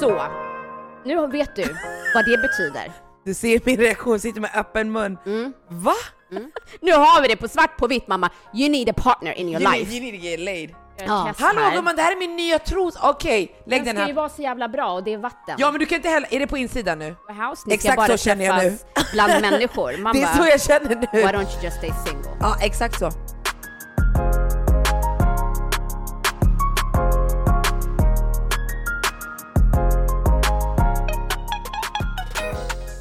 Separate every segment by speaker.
Speaker 1: Så, nu vet du vad det betyder.
Speaker 2: Du ser min reaktion, sitter med öppen mun.
Speaker 1: Mm.
Speaker 2: Va?
Speaker 1: Nu har vi det på svart på vitt mamma. You need a partner in your
Speaker 2: You need-
Speaker 1: life.
Speaker 2: You need to get laid.
Speaker 1: Ja.
Speaker 2: Hallå gumman, det här är min nya tros... Okej, lägg
Speaker 1: Den
Speaker 2: den
Speaker 1: ska ju
Speaker 2: här.
Speaker 1: vara så jävla bra och det är vatten.
Speaker 2: Ja men du kan inte heller... Är det på insidan nu?
Speaker 1: House, ni ska
Speaker 2: Exakt
Speaker 1: bara
Speaker 2: så känner jag nu.
Speaker 1: träffas bland människor. Man
Speaker 2: det är
Speaker 1: bara,
Speaker 2: så jag känner nu.
Speaker 1: why don't you just stay single?
Speaker 2: Ja, exakt så.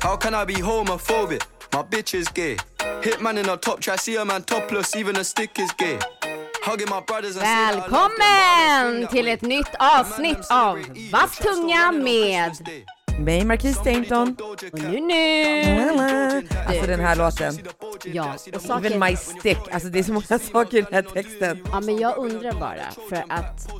Speaker 3: How can I be homophobic? My bitch is gay. Hitman in a top try, see a man topless, even a stick is gay. Hugging my brothers and saying that I
Speaker 1: Välkommen
Speaker 3: love them, but I don't feel
Speaker 1: till
Speaker 3: that
Speaker 1: ett
Speaker 3: way.
Speaker 1: nytt
Speaker 3: A man
Speaker 1: avsnitt
Speaker 3: them
Speaker 1: av
Speaker 3: celebrate Eid,
Speaker 1: Vass
Speaker 3: a trap star
Speaker 1: tunga
Speaker 3: running on
Speaker 1: med
Speaker 3: Christmas Day.
Speaker 2: Mig, Marquis Stanton.
Speaker 1: Och nu nu!
Speaker 2: Alltså den här låten.
Speaker 1: Ja, och saker...
Speaker 2: Even my stick. Alltså det är så många saker i den här texten.
Speaker 1: Ja men jag undrar bara för att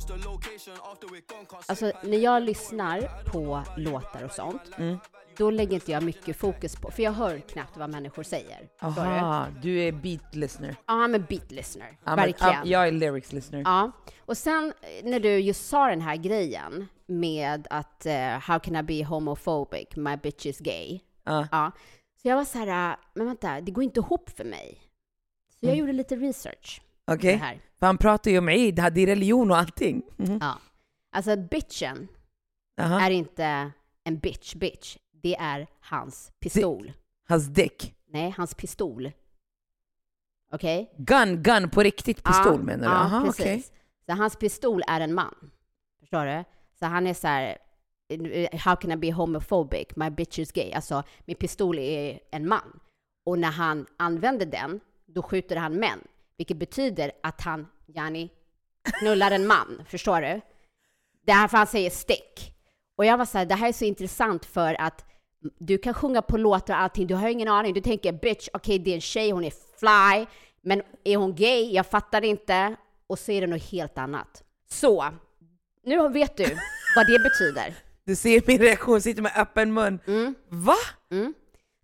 Speaker 1: Alltså när jag lyssnar på låtar och sånt
Speaker 2: Mm.
Speaker 1: Då lägger inte jag mycket fokus på, för jag hör knappt vad människor säger. Förstår du?
Speaker 2: Aha, du är beat listener.
Speaker 1: Ja, I'm a beat listener.
Speaker 2: Ja, men,
Speaker 1: verkligen.
Speaker 2: ja, jag är lyrics listener.
Speaker 1: Ja, och sen eh, när du just sa den här grejen med att eh, how can I be homophobic, my bitch is gay.
Speaker 2: Ja.
Speaker 1: Ja. Så jag var så här, eh, men vänta, det går inte ihop för mig. Så jag gjorde lite research. på
Speaker 2: Okej?
Speaker 1: Det här.
Speaker 2: För han pratar ju om Eid, det hade religion och allting. Mhm.
Speaker 1: Ja. Alltså bitchen
Speaker 2: Aha.
Speaker 1: är inte en bitch bitch. Det är hans pistol.
Speaker 2: Hans dick.
Speaker 1: Nej, hans pistol. Okej?
Speaker 2: Gun, gun, på riktigt pistol
Speaker 1: Ja,
Speaker 2: menar du?
Speaker 1: ja,
Speaker 2: Aha,
Speaker 1: precis.
Speaker 2: okej.
Speaker 1: Så hans pistol är en man. Förstår du? Så han är så här, how can I be homophobic? My bitch is gay. Alltså, min pistol är en man. Och när han använder den, då skjuter han män. Vilket betyder att han, Jani, knullar en man. Förstår du? Det här för han säger stick. Och jag var så här, det här är så intressant för att du kan sjunga på låtar och allting, du har ju ingen aning. Du tänker bitch, okej det är en tjej, hon är fly, men är hon gay? Jag fattar inte. Och så är det något helt annat. Så, nu vet du vad det betyder.
Speaker 2: Du ser min reaktion, sitter med öppen mun.
Speaker 1: Mm.
Speaker 2: Va?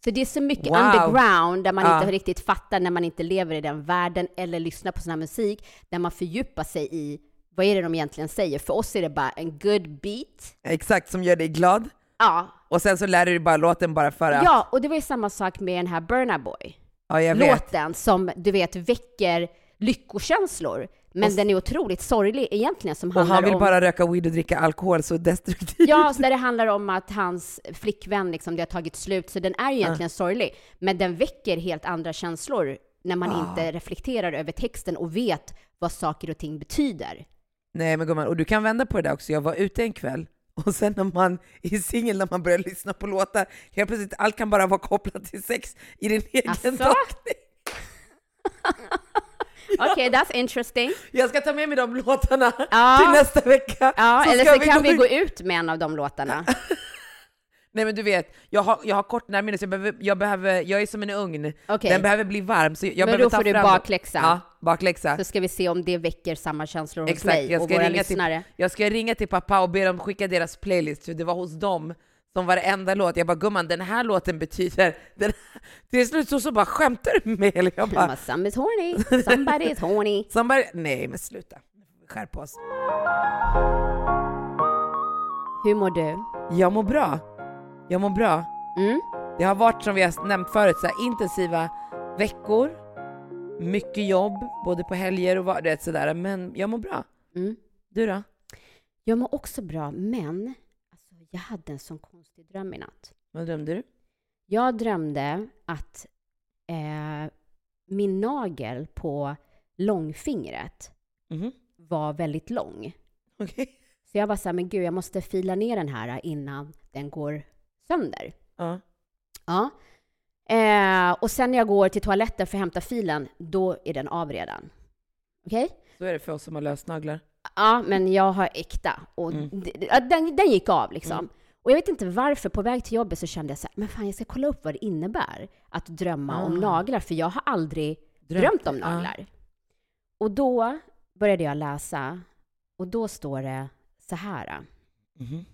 Speaker 1: Så det är så mycket
Speaker 2: Wow.
Speaker 1: underground där man
Speaker 2: Ja.
Speaker 1: inte riktigt fattar när man inte lever i den världen eller lyssnar på sån här musik, där man fördjupar sig i vad är det de egentligen säger? För oss är det bara en good beat.
Speaker 2: Exakt, som gör dig glad.
Speaker 1: Ja,
Speaker 2: Och sen så lär du dig bara låten bara för att...
Speaker 1: ja och det var ju samma sak med den här Burna Boy.
Speaker 2: ja jag vet.
Speaker 1: låten som du vet väcker lyckokänslor. Men den är otroligt sorglig egentligen som
Speaker 2: Och
Speaker 1: handlar
Speaker 2: han vill
Speaker 1: om...
Speaker 2: bara röka weed och dricka alkohol, så destruktivt.
Speaker 1: Ja, så där det handlar om att hans flickvän liksom, det har tagit slut, så den är ju egentligen sorglig. Men den väcker helt andra känslor när
Speaker 2: Ah.
Speaker 1: man inte reflekterar över texten och vet vad saker och ting betyder.
Speaker 2: Nej men gumman, och du kan vända på det där också. Jag var ute en kväll, och sen när man är singel, när man börjar lyssna på låtar, helt plötsligt allt kan bara vara kopplat till sex i din egen
Speaker 1: Asså?
Speaker 2: tolkning.
Speaker 1: Okej, that's interesting.
Speaker 2: Jag ska ta med mig de låtarna
Speaker 1: Ja.
Speaker 2: till nästa vecka.
Speaker 1: Ja, eller
Speaker 2: ska
Speaker 1: så kan vi
Speaker 2: in-
Speaker 1: gå ut med en av de låtarna.
Speaker 2: Nej men du vet, jag har, jag har kort närminne så jag behöver, jag behöver, jag är som en ugn.
Speaker 1: Okej.
Speaker 2: Den behöver bli varm så jag
Speaker 1: Men
Speaker 2: behöver
Speaker 1: då
Speaker 2: ta
Speaker 1: får du
Speaker 2: fram
Speaker 1: bakläxa.
Speaker 2: Ja, bakläxa.
Speaker 1: Så ska vi se om det väcker samma känslor hos
Speaker 2: Exakt.
Speaker 1: mig
Speaker 2: Jag
Speaker 1: och
Speaker 2: ska,
Speaker 1: våra
Speaker 2: ringa till,
Speaker 1: lyssnare.
Speaker 2: jag ska ringa till pappa och be dem skicka deras playlist för det var hos dem som varenda låt, jag bara gumman den här låten betyder, den här. till slut så, så bara skämtar du med mig? Eller jag bara,
Speaker 1: Somebody's horny, somebody is horny.
Speaker 2: somebody, nej men sluta, skärp oss.
Speaker 1: Hur mår du?
Speaker 2: Jag mår bra, jag mår bra.
Speaker 1: Mm?
Speaker 2: Det har varit som vi har nämnt förut, så här, intensiva veckor, mycket jobb, både på helger och vad- du vet sådär. Men jag mår bra.
Speaker 1: Mm.
Speaker 2: Du då?
Speaker 1: Jag mår också bra, men alltså, jag hade en sån konstig dröm i natt.
Speaker 2: Vad drömde du?
Speaker 1: Jag drömde att eh, min nagel på långfingret
Speaker 2: Mhm.
Speaker 1: var väldigt lång.
Speaker 2: Okej.
Speaker 1: Så jag var så här, men gud, jag måste fila ner den här innan den går sönder.
Speaker 2: Ja.
Speaker 1: Ja. Eh, och sen när jag går till toaletten för att hämta filen, då är den av redan. Okej?
Speaker 2: Så är det för oss som har lösnaglar.
Speaker 1: Ja, men jag har äkta. Och d- ja, den, den gick av liksom. Och jag vet inte varför, på väg till jobbet så kände jag så här, men fan jag ska kolla upp vad det innebär att drömma om naglar, för jag har aldrig drömt, om
Speaker 2: ja.
Speaker 1: naglar. Och då började jag läsa, och då står det så här.
Speaker 2: Mhm.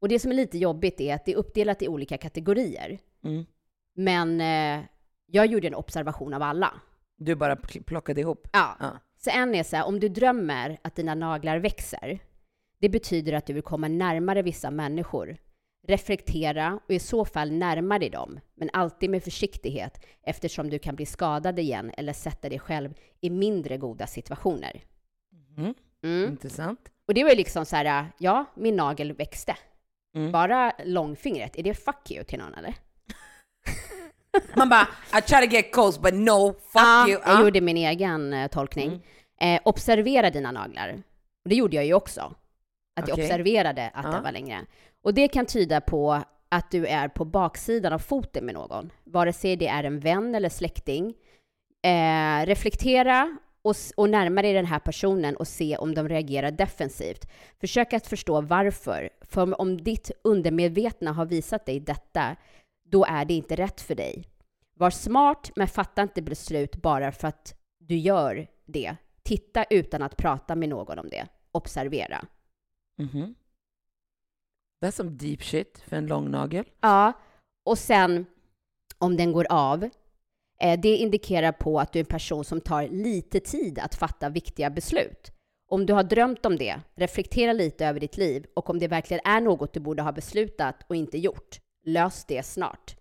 Speaker 1: Och det som är lite jobbigt är att det är uppdelat i olika kategorier.
Speaker 2: Mm.
Speaker 1: Men eh, jag gjorde en observation av alla.
Speaker 2: Du bara pl- plockade ihop.
Speaker 1: Ja.
Speaker 2: Ja.
Speaker 1: Så en är så här, om du drömmer att dina naglar växer, det betyder att du vill komma närmare vissa människor. Reflektera och i så fall närma dig dem, men alltid med försiktighet eftersom du kan bli skadad igen eller sätta dig själv i mindre goda situationer.
Speaker 2: Mm.
Speaker 1: Mm.
Speaker 2: Intressant.
Speaker 1: Och det var ju liksom så här, ja, min nagel växte.
Speaker 2: Mm.
Speaker 1: Bara långfingret, är det fuck you till någon eller?
Speaker 2: Man bara, I try to get close but no, fuck
Speaker 1: Ja,
Speaker 2: you.
Speaker 1: jag
Speaker 2: Ja. Mm.
Speaker 1: gjorde min egen eh, tolkning. Eh, observera dina naglar. Och det gjorde jag ju också. Att jag
Speaker 2: Okej.
Speaker 1: observerade att
Speaker 2: Ja.
Speaker 1: den var längre. Och det kan tyda på att du är på baksidan av foten med någon. Vare sig det är en vän eller släkting. Eh, reflektera och, s- och närma dig den här personen och se om de reagerar defensivt. Försök att förstå varför. För om ditt undermedvetna har visat dig detta, då är det inte rätt för dig. Var smart, men fatta inte beslut bara för att du gör det. Titta utan att prata med någon om det. Observera.
Speaker 2: Mhm. That's some deep shit för en lång nagel.
Speaker 1: Ja, och sen om den går av, eh, det indikerar på att du är en person som tar lite tid att fatta viktiga beslut. Om du har drömt om det, reflektera lite över ditt liv och om det verkligen är något du borde ha beslutat och inte gjort, lös det snart.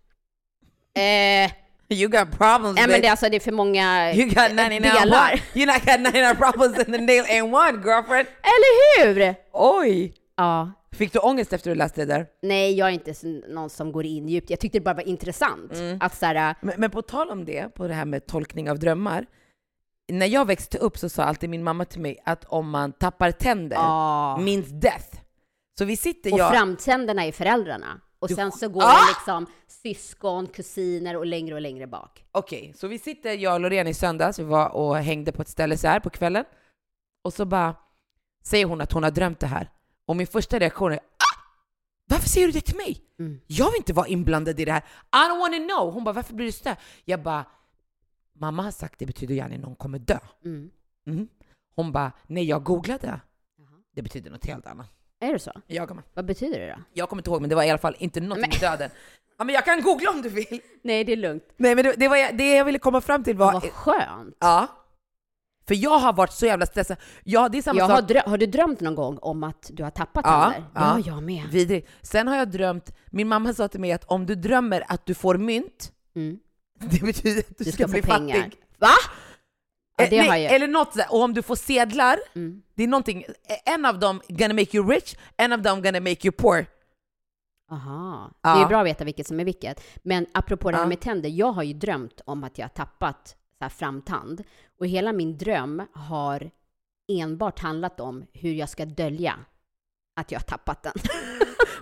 Speaker 1: Eh,
Speaker 2: You got problems
Speaker 1: nej, men
Speaker 2: bitch.
Speaker 1: det, är alltså, det är för många
Speaker 2: You got
Speaker 1: eh,
Speaker 2: 99
Speaker 1: delar.
Speaker 2: You not got 99 problems and the nail ain't one girlfriend.
Speaker 1: Eller hur?
Speaker 2: Oj!
Speaker 1: Ja.
Speaker 2: Fick du ångest efter du läste det där?
Speaker 1: Nej, jag är inte så- någon som går in djupt. Jag tyckte det bara var intressant. Att så här,
Speaker 2: Men, men på tal om det, på det här med tolkning av drömmar. När jag växte upp så sa alltid min mamma till mig att om man tappar tänder,
Speaker 1: ja.
Speaker 2: means death. Så vi sitter,
Speaker 1: Och
Speaker 2: jag...
Speaker 1: framtänderna är föräldrarna. Och
Speaker 2: Du-
Speaker 1: sen så går
Speaker 2: Ah!
Speaker 1: det liksom syskon, kusiner och längre och längre bak.
Speaker 2: Okej, så vi sitter, jag och Loreen i söndags, vi var och hängde på ett ställe så här på kvällen. Och så bara säger hon att hon har drömt det här. Och min första reaktion är ah! Varför säger du det till mig?
Speaker 1: Mm.
Speaker 2: Jag vill inte vara inblandad i det här. I don't wanna know! Hon bara varför blir du så där? Jag bara mamma har sagt det betyder gärna någon kommer dö.
Speaker 1: Mm.
Speaker 2: Mm. Hon bara nej jag googlade. Det betyder något helt annat.
Speaker 1: Är det så?
Speaker 2: Jag kommer,
Speaker 1: Vad betyder det då?
Speaker 2: jag kommer inte ihåg men det var i alla fall inte något med döden. Ja, men jag kan googla om du vill.
Speaker 1: Nej, det är lugnt.
Speaker 2: Nej men det, det, var, jag- det jag ville komma fram till var
Speaker 1: Vad skönt.
Speaker 2: Ja. För jag har varit så jävla stressad. Ja, det är samma
Speaker 1: Jag har,
Speaker 2: sak.
Speaker 1: drö- har du drömt någon gång om att du har tappat
Speaker 2: Ja,
Speaker 1: tänder?
Speaker 2: ja.
Speaker 1: jag med.
Speaker 2: Vidrigt. Sen har jag drömt, min mamma sa till mig att om du drömmer att du får mynt,
Speaker 1: Mm.
Speaker 2: det betyder att du,
Speaker 1: Du
Speaker 2: ska,
Speaker 1: ska få
Speaker 2: bli
Speaker 1: pengar.
Speaker 2: fattig.
Speaker 1: Va? Ja,
Speaker 2: Eh,
Speaker 1: det
Speaker 2: nej,
Speaker 1: har jag.
Speaker 2: Eller något sådär. Och om du får sedlar,
Speaker 1: Mm.
Speaker 2: det är någonting, eh, en av dem gonna make you rich, en av dem gonna make you poor.
Speaker 1: Aha.
Speaker 2: Ja.
Speaker 1: Det är ju bra att veta vilket som är vilket. Men apropå det här
Speaker 2: Ja.
Speaker 1: med tänder, jag har ju drömt om att jag har tappat så här framtand. Och hela min dröm har enbart handlat om hur jag ska dölja att jag har tappat den.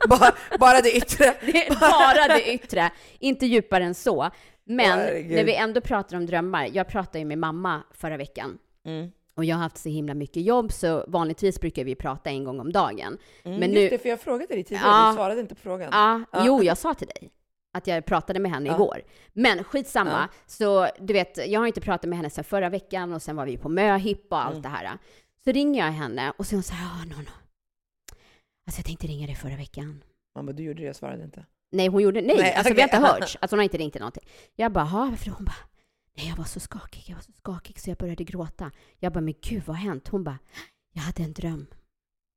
Speaker 2: Bara, bara det yttre.
Speaker 1: Det är bara det yttre, inte djupare än så. Men
Speaker 2: Herregud.
Speaker 1: när vi ändå pratar om drömmar, jag pratade ju med mamma förra veckan.
Speaker 2: Mm.
Speaker 1: Och jag har haft så himla mycket jobb, så vanligtvis brukar vi prata en gång om dagen.
Speaker 2: Mm,
Speaker 1: Men
Speaker 2: just
Speaker 1: nu-
Speaker 2: det, för jag frågade dig tidigare,
Speaker 1: Ja.
Speaker 2: du svarade inte på frågan.
Speaker 1: Ja,
Speaker 2: Ja.
Speaker 1: jo, jag sa till dig att jag pratade med henne
Speaker 2: Ja.
Speaker 1: igår. Men skitsamma,
Speaker 2: Ja.
Speaker 1: så du vet, jag har inte pratat med henne sedan förra veckan och sen var vi på möhippa och allt
Speaker 2: Mm.
Speaker 1: det här. Så ringer jag henne och så är hon så här, ja, Nono. Alltså jag tänkte ringa dig förra veckan.
Speaker 2: Mamma, du gjorde det, jag svarade inte.
Speaker 1: Nej, hon gjorde, nej,
Speaker 2: Nej,
Speaker 1: alltså vi har
Speaker 2: okej.
Speaker 1: inte hört. Alltså hon har inte ringt eller någonting. Jag bara, "Ha, varför då?" Hon bara, nej jag var så skakig, jag var så skakig så jag började gråta. Jag bara, men gud vad har hänt? Hon bara, jag hade en dröm.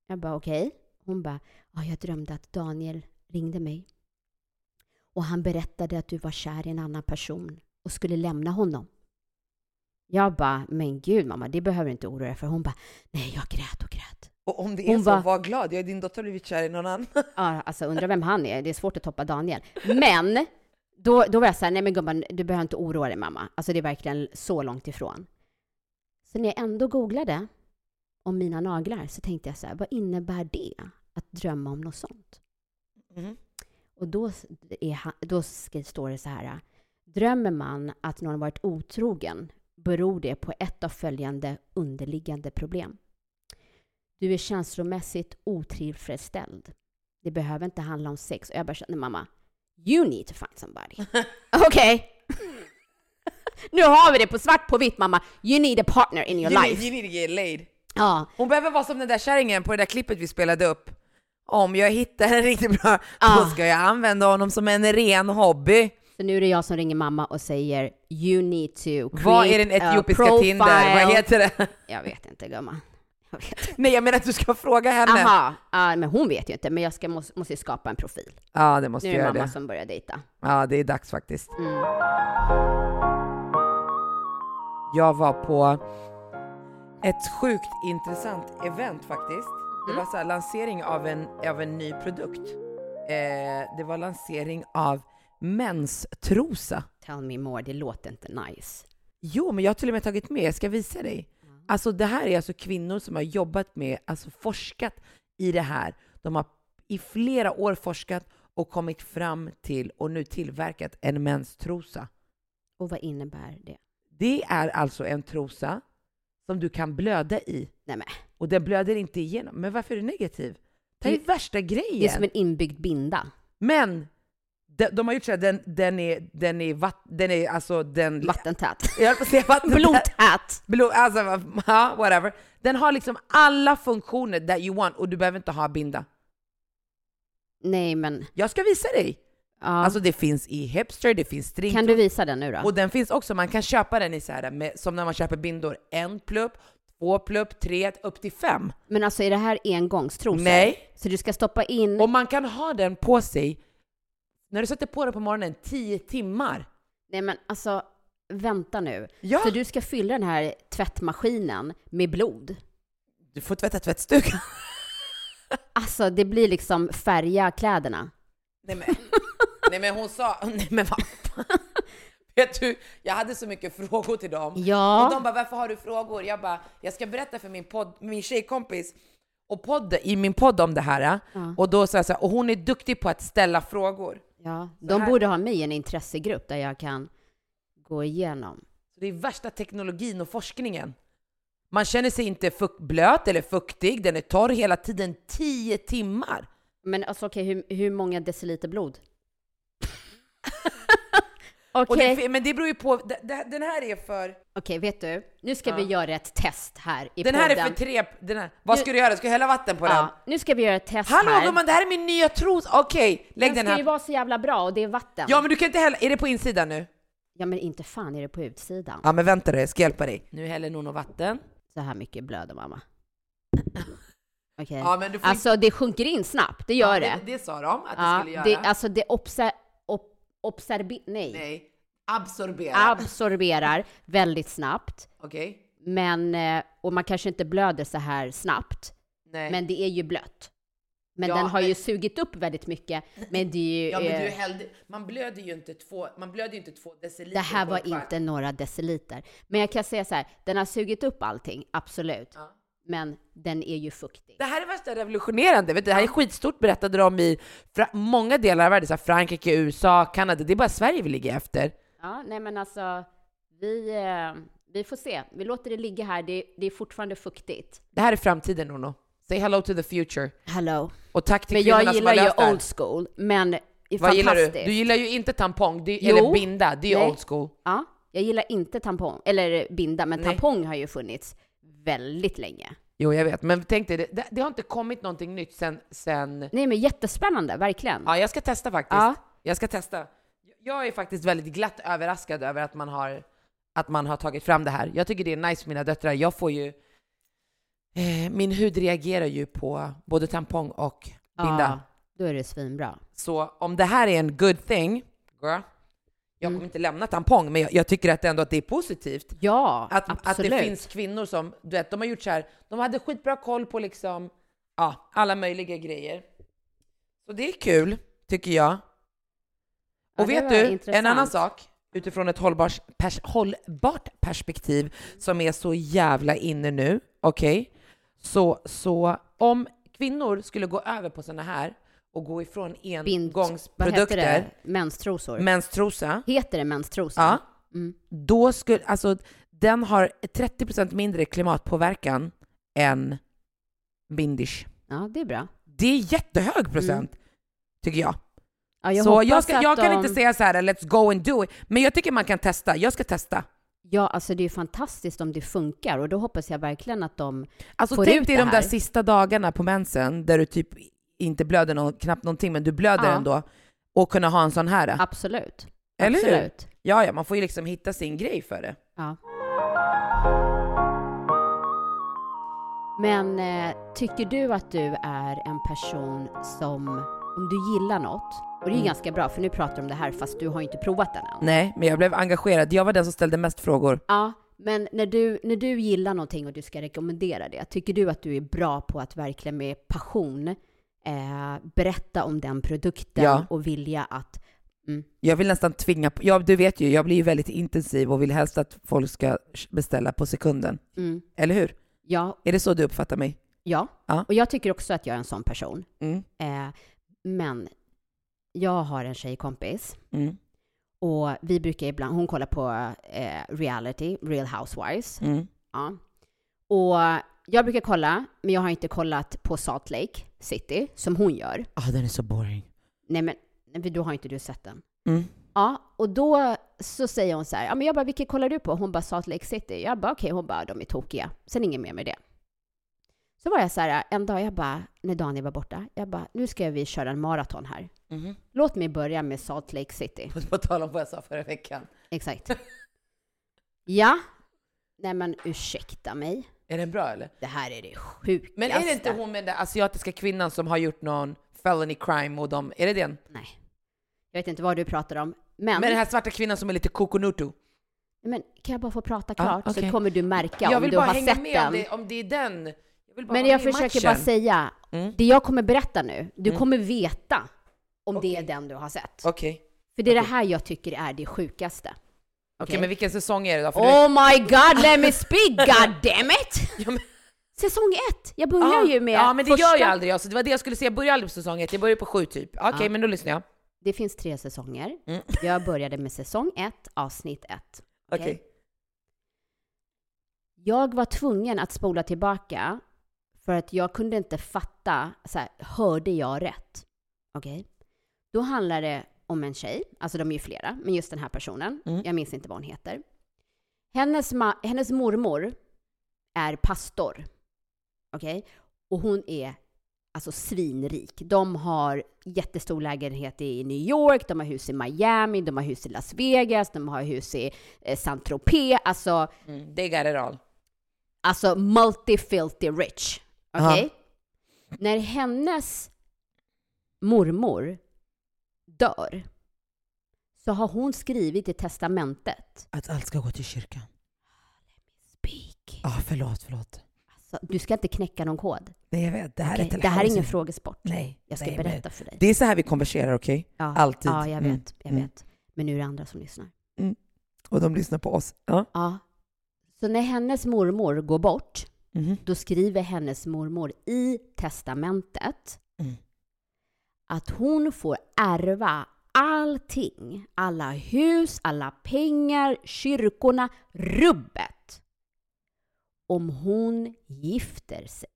Speaker 1: Jag bara, okej. Hon bara, ja jag drömde att Daniel ringde mig. Och han berättade att du var kär i en annan person och skulle lämna honom. Jag bara, men gud mamma, det behöver du inte oroa dig för. Hon bara, nej jag grät och grät.
Speaker 2: Och om det är
Speaker 1: Hon
Speaker 2: så,
Speaker 1: bara-
Speaker 2: var glad. Jag, din dotter har blivit kär i någon annan.
Speaker 1: Ja, alltså undrar vem han är. Det är svårt att toppa Daniel. Men då, då var jag så här, nej men gumman, du behöver inte oroa dig mamma. Alltså det är verkligen så långt ifrån. Så när jag ändå googlade om mina naglar så tänkte jag så här, vad innebär det? Att drömma om något sånt?
Speaker 2: Mhm.
Speaker 1: Mm. Och då, s- är, han- då skri- står det så här, drömmer man att någon varit otrogen beror det på ett av följande underliggande problem. Du är känslomässigt otillfredsställd. Det behöver inte handla om sex. Och jag bara känner, mamma, you need to find somebody. Okej? nu har vi det på svart på vitt, mamma. You need a partner in your
Speaker 2: You need,
Speaker 1: life.
Speaker 2: you need to get laid.
Speaker 1: Ja,
Speaker 2: Hon behöver vara som den där kärringen på det där klippet vi spelade upp. Om jag hittar en riktigt bra,
Speaker 1: Ah.
Speaker 2: då ska jag använda honom som en ren hobby.
Speaker 1: så nu är det jag som ringer mamma och säger, you need to create
Speaker 2: Vad är den
Speaker 1: a
Speaker 2: etiopiska
Speaker 1: profile."
Speaker 2: Tinder? Vad heter det?
Speaker 1: Jag vet inte gumman. Jag vet inte.
Speaker 2: Nej jag menar att du ska fråga henne. Ja
Speaker 1: Aha, ja, men hon vet ju inte, men jag ska, måste, måste ju skapa en profil.
Speaker 2: det måste
Speaker 1: Nu
Speaker 2: jag
Speaker 1: är det
Speaker 2: göra
Speaker 1: mamma
Speaker 2: det.
Speaker 1: som börjar dejta.
Speaker 2: Ja det är dags faktiskt.
Speaker 1: Mm.
Speaker 2: Jag var på ett sjukt intressant event faktiskt. Det
Speaker 1: Mm.
Speaker 2: var så här, lansering av en, av en ny produkt. Eh, det var lansering av menstrosa.
Speaker 1: Tell me more, det låter inte nice.
Speaker 2: Jo, men jag har till och med tagit med, jag ska visa dig. Alltså det här är alltså kvinnor som har jobbat med, alltså forskat i det här. De har i flera år forskat och kommit fram till och nu tillverkat en menstrosa.
Speaker 1: Och vad innebär det?
Speaker 2: Det är alltså en trosa som du kan blöda i.
Speaker 1: Nej, men.
Speaker 2: Och den blöder inte igenom. Men varför är du negativ? Det här är
Speaker 1: Det-
Speaker 2: värsta
Speaker 1: Det är som
Speaker 2: grejen.
Speaker 1: en inbyggd binda.
Speaker 2: Men de, de har gjort så här, den, den är, den är, vatt, den är alltså den...
Speaker 1: Vattentät.
Speaker 2: Jag höll på att säga vatten.
Speaker 1: Blodtät!
Speaker 2: Blod, alltså, va- ja, whatever. Den har liksom alla funktioner that you want och du behöver inte ha binda.
Speaker 1: Nej men,
Speaker 2: Jag ska visa dig.
Speaker 1: ja.
Speaker 2: Alltså det finns i hipster, det finns string.
Speaker 1: kan du visa den nu då?
Speaker 2: Och den finns också, man kan köpa den i så här, med, som när man köper bindor. En plupp, två plupp, tre, upp till fem.
Speaker 1: Men alltså är det här engångstrosor?
Speaker 2: Nej.
Speaker 1: Så du ska stoppa in,
Speaker 2: Och man kan ha den på sig, när du sätter på den på morgonen, tio timmar.
Speaker 1: nej men alltså, vänta nu.
Speaker 2: Ja.
Speaker 1: Så du ska fylla den här tvättmaskinen med blod?
Speaker 2: Du får tvätta tvättstugan.
Speaker 1: Alltså det blir liksom färga kläderna.
Speaker 2: Nej men, nej men hon sa, nej men vad fan. Vet du, jag hade så mycket frågor till dem.
Speaker 1: Ja.
Speaker 2: Och de bara, varför har du frågor? Jag bara, jag ska berätta för min, podd, min tjejkompis och podd, i min podd om det här.
Speaker 1: Ja.
Speaker 2: Och då sa jag så här, och hon är duktig på att ställa frågor.
Speaker 1: Ja, de
Speaker 2: här-
Speaker 1: borde ha mig i en intressegrupp där jag kan gå igenom.
Speaker 2: Så det är värsta teknologin och forskningen. Man känner sig inte fukt, blöt eller fuktig, den är torr hela tiden, 10 timmar.
Speaker 1: Men alltså okej, hur, hur många deciliter blod? okej,
Speaker 2: Och det, men det beror ju på, det- det- den här är för,
Speaker 1: okej, vet du? Nu ska vi göra ett test här i
Speaker 2: den
Speaker 1: podden.
Speaker 2: här är för tre, den här, vad
Speaker 1: Nu-
Speaker 2: ska du göra? Ska du hälla vatten på den?
Speaker 1: Ja, nu ska vi göra ett test
Speaker 2: Hallå
Speaker 1: här.
Speaker 2: gumman, det här är min nya tros... Okej, lägg
Speaker 1: den
Speaker 2: den
Speaker 1: ska ju
Speaker 2: här.
Speaker 1: vara så jävla bra och det är vatten.
Speaker 2: Ja men du kan inte hälla... Är det på insidan nu?
Speaker 1: Ja, men inte fan är det på utsidan.
Speaker 2: Ja men vänta då, jag ska hjälpa dig. Nu häller Nono vatten.
Speaker 1: Så här mycket blöder mamma. Okej.
Speaker 2: Ja, men du får
Speaker 1: Alltså det sjunker in snabbt, det gör det.
Speaker 2: Det, det sa de att
Speaker 1: Ja,
Speaker 2: du skulle göra.
Speaker 1: det, alltså det obser... Ob, observi- nej.
Speaker 2: Nej. Absorbera.
Speaker 1: Absorberar väldigt snabbt.
Speaker 2: Okej.
Speaker 1: Men, eh, och man kanske inte blöder så här snabbt.
Speaker 2: Nej.
Speaker 1: Men det är ju blött. Men
Speaker 2: Ja,
Speaker 1: den har ju
Speaker 2: men-
Speaker 1: sugit upp väldigt mycket. Men det är ju...
Speaker 2: ja men du
Speaker 1: eh,
Speaker 2: hällde... Man blöder ju inte två... Man blöder ju inte två deciliter
Speaker 1: Det här
Speaker 2: på
Speaker 1: var
Speaker 2: en kvart.
Speaker 1: inte några deciliter. Men jag kan säga så här, den har sugit upp allting, absolut.
Speaker 2: Ja.
Speaker 1: Men den är ju fuktig.
Speaker 2: Det här är värsta revolutionerande, vet du, det här är skitstort berättade de i Fra- många delar av världen, så här Frankrike, USA, Kanada, det är bara Sverige vi ligger efter.
Speaker 1: Ja, nej men alltså, vi, eh, vi får se. Vi låter det ligga här, det, det är fortfarande fuktigt.
Speaker 2: Det här är framtiden Nono. Say hello to the future.
Speaker 1: Hello.
Speaker 2: Och tack till
Speaker 1: Men
Speaker 2: kvinnorna
Speaker 1: jag
Speaker 2: som
Speaker 1: gillar
Speaker 2: har
Speaker 1: ju
Speaker 2: löst det här.
Speaker 1: old school, men
Speaker 2: Vad
Speaker 1: fantastiskt.
Speaker 2: gillar du? Du gillar ju inte tampong, det,
Speaker 1: Jo.
Speaker 2: eller binda, det är
Speaker 1: Nej.
Speaker 2: old school.
Speaker 1: Ja, jag gillar inte tampong, eller binda, men
Speaker 2: Nej.
Speaker 1: tampong har ju funnits väldigt länge.
Speaker 2: Jo, jag vet, men tänk dig, det, det, det har inte kommit någonting nytt sen... sen...
Speaker 1: Nej men jättespännande, verkligen.
Speaker 2: Ja, jag ska testa faktiskt.
Speaker 1: Ja.
Speaker 2: Jag ska testa. Jag är faktiskt väldigt glatt överraskad över att man har, att man har tagit fram det här. Jag tycker det är nice för mina döttrar. Jag får ju... Eh, min hud reagerar ju på både tampong och binda.
Speaker 1: Ja, då är det svinbra.
Speaker 2: Så om det här är en good thing, girl, jag
Speaker 1: Mm.
Speaker 2: kommer inte lämna tampong, men jag, jag tycker att ändå att det är positivt.
Speaker 1: Ja,
Speaker 2: Att, att
Speaker 1: absolut.
Speaker 2: det finns kvinnor som, du vet, de har gjort så här, de hade skitbra koll på liksom, ja, alla möjliga grejer. Så det är kul, tycker jag.
Speaker 1: Ja,
Speaker 2: Och
Speaker 1: det
Speaker 2: vet
Speaker 1: var
Speaker 2: du, en
Speaker 1: intressant.
Speaker 2: annan sak, utifrån ett hållbart, pers, hållbart perspektiv som är så jävla inne nu, okej? Så, så om kvinnor skulle gå över på sådana här och gå ifrån
Speaker 1: Bind- Vad heter
Speaker 2: engångsprodukter,
Speaker 1: det? Menstrosor?
Speaker 2: menstrosa,
Speaker 1: heter det menstrosa?
Speaker 2: Ja.
Speaker 1: Mm.
Speaker 2: då skulle, alltså den har 30% mindre klimatpåverkan än bindish.
Speaker 1: Ja, det är bra. Mm.
Speaker 2: Det är jättehög procent, tycker jag.
Speaker 1: Ja,
Speaker 2: så jag,
Speaker 1: hoppas
Speaker 2: ska,
Speaker 1: att
Speaker 2: jag kan
Speaker 1: de-
Speaker 2: inte säga så här let's go and do it, men jag tycker man kan testa. Jag ska testa.
Speaker 1: Ja, alltså det är ju fantastiskt om det funkar och då hoppas jag verkligen att de...
Speaker 2: Alltså
Speaker 1: Får
Speaker 2: tänk
Speaker 1: ut
Speaker 2: dig
Speaker 1: det
Speaker 2: de där
Speaker 1: här.
Speaker 2: sista dagarna på mensen där du typ inte blöder någon, knappt någonting, men du blöder
Speaker 1: Ja.
Speaker 2: ändå och kunna ha en sån här.
Speaker 1: Absolut.
Speaker 2: Eller hur?
Speaker 1: Absolut.
Speaker 2: Ja, ja, man får ju liksom hitta sin grej för det.
Speaker 1: Ja. Men eh, tycker du att du är en person som, om du gillar något, och det är ju ganska bra för nu pratar du om det här fast du har ju inte provat den än.
Speaker 2: Mm. Nej, men jag blev engagerad. Jag var den som ställde mest frågor.
Speaker 1: Ja, men när du, när du gillar någonting och du ska rekommendera det, tycker du att du är bra på att verkligen med passion eh, berätta om den produkten
Speaker 2: Ja.
Speaker 1: och vilja att... Mm,
Speaker 2: Jag vill nästan tvinga på. Ja, du vet ju, jag blir ju väldigt intensiv och vill helst att folk ska beställa på sekunden.
Speaker 1: mm,
Speaker 2: Eller hur?
Speaker 1: ja,
Speaker 2: Är det så du uppfattar mig?
Speaker 1: ja.
Speaker 2: Ja.
Speaker 1: Och jag tycker också att jag är en sån person.
Speaker 2: Mm.
Speaker 1: Eh, men jag har en tjejkompis
Speaker 2: Mm.
Speaker 1: och vi brukar ibland, hon kollar på eh, reality, Real Housewives.
Speaker 2: Mm.
Speaker 1: Ja. Och jag brukar kolla, men jag har inte kollat på Salt Lake City som hon gör.
Speaker 2: Ah, den är så boring.
Speaker 1: Nej men, nej, då har inte du sett den.
Speaker 2: Mm.
Speaker 1: Ja, och då så säger hon så här, ja men jag bara, vilken kollar du på? Hon bara Salt Lake City. Jag bara, okej, hon bara, de är tokiga. Sen inget mer med det. Så var jag så här, en dag, jag bara, när Daniel var borta, jag bara, nu ska vi köra en maraton här.
Speaker 2: Mhm.
Speaker 1: Låt mig börja med Salt Lake City.
Speaker 2: På tal om vad jag sa förra veckan.
Speaker 1: Exakt. Ja. Nej men ursäkta mig.
Speaker 2: Är den bra eller?
Speaker 1: Det här är det sjukaste.
Speaker 2: Men är det inte hon med den asiatiska kvinnan som har gjort någon felony crime och de, är det den?
Speaker 1: Nej. Jag vet inte vad du pratar om. Men,
Speaker 2: Med
Speaker 1: men,
Speaker 2: den här svarta kvinnan som är lite kokonutu.
Speaker 1: kan jag bara få prata
Speaker 2: Ja,
Speaker 1: klart
Speaker 2: okej.
Speaker 1: så kommer du märka
Speaker 2: jag
Speaker 1: om
Speaker 2: vill
Speaker 1: du
Speaker 2: bara
Speaker 1: har
Speaker 2: hänga
Speaker 1: sett
Speaker 2: med
Speaker 1: den.
Speaker 2: om det, om det är den. Jag vill bara
Speaker 1: Men
Speaker 2: vara
Speaker 1: jag
Speaker 2: med i
Speaker 1: försöker
Speaker 2: matchen.
Speaker 1: bara säga,
Speaker 2: Mm.
Speaker 1: det jag kommer berätta nu, du
Speaker 2: Mm.
Speaker 1: kommer veta om det är
Speaker 2: Okej.
Speaker 1: den du har sett.
Speaker 2: Okej. Okej,
Speaker 1: För det är det
Speaker 2: okej.
Speaker 1: här jag tycker är det sjukaste. Okej.
Speaker 2: men vilken säsong är det då? För du-
Speaker 1: Oh my god, let me speak, god damn it!
Speaker 2: Ja, men-
Speaker 1: Säsong ett! Jag börjar ju med
Speaker 2: Ja men det
Speaker 1: första...
Speaker 2: gör jag aldrig jag, så det var det jag skulle säga, jag börjar aldrig på säsong ett, jag börjar på sju typ. Okej
Speaker 1: Ja.
Speaker 2: men då lyssnar jag.
Speaker 1: Det finns tre säsonger.
Speaker 2: Mm.
Speaker 1: Jag började med säsong ett, avsnitt ett. Okej. Jag var tvungen att spola tillbaka för att jag kunde inte fatta, så här, hörde jag rätt? Okej? Då handlar det om en tjej, alltså de är ju flera, men just den här personen,
Speaker 2: Mm.
Speaker 1: jag minns inte vad hon heter. Hennes, ma- hennes mormor är pastor. Okej? Och hon är alltså svinrik. De har jättestor lägenhet i New York, de har hus i Miami, de har hus i Las Vegas, de har hus i eh, Saint-Tropez. Alltså,
Speaker 2: Mm, det är Garerol.
Speaker 1: Alltså multi-filthy rich. Okej?
Speaker 2: Ja.
Speaker 1: När hennes mormor dör så har hon skrivit i testamentet.
Speaker 2: Att allt ska gå till kyrkan.
Speaker 1: Speak.
Speaker 2: Ja, förlåt, förlåt.
Speaker 1: Alltså, du ska inte knäcka någon kod.
Speaker 2: Nej jag vet, det här
Speaker 1: okej? Det här är ingen frågesport.
Speaker 2: Nej.
Speaker 1: Jag ska berätta för dig.
Speaker 2: Det är så här vi konverserar, okej?
Speaker 1: Ja,
Speaker 2: Alltid.
Speaker 1: Ja, jag
Speaker 2: Mm,
Speaker 1: vet. Jag
Speaker 2: mm.
Speaker 1: vet. Men nu är det andra som lyssnar.
Speaker 2: Och de lyssnar på oss. Ja.
Speaker 1: Ja. Så när hennes mormor går bort, då skriver hennes mormor i testamentet
Speaker 2: Mm.
Speaker 1: att hon får ärva allting. Alla hus, alla pengar, kyrkorna, rubbet. Om hon gifter sig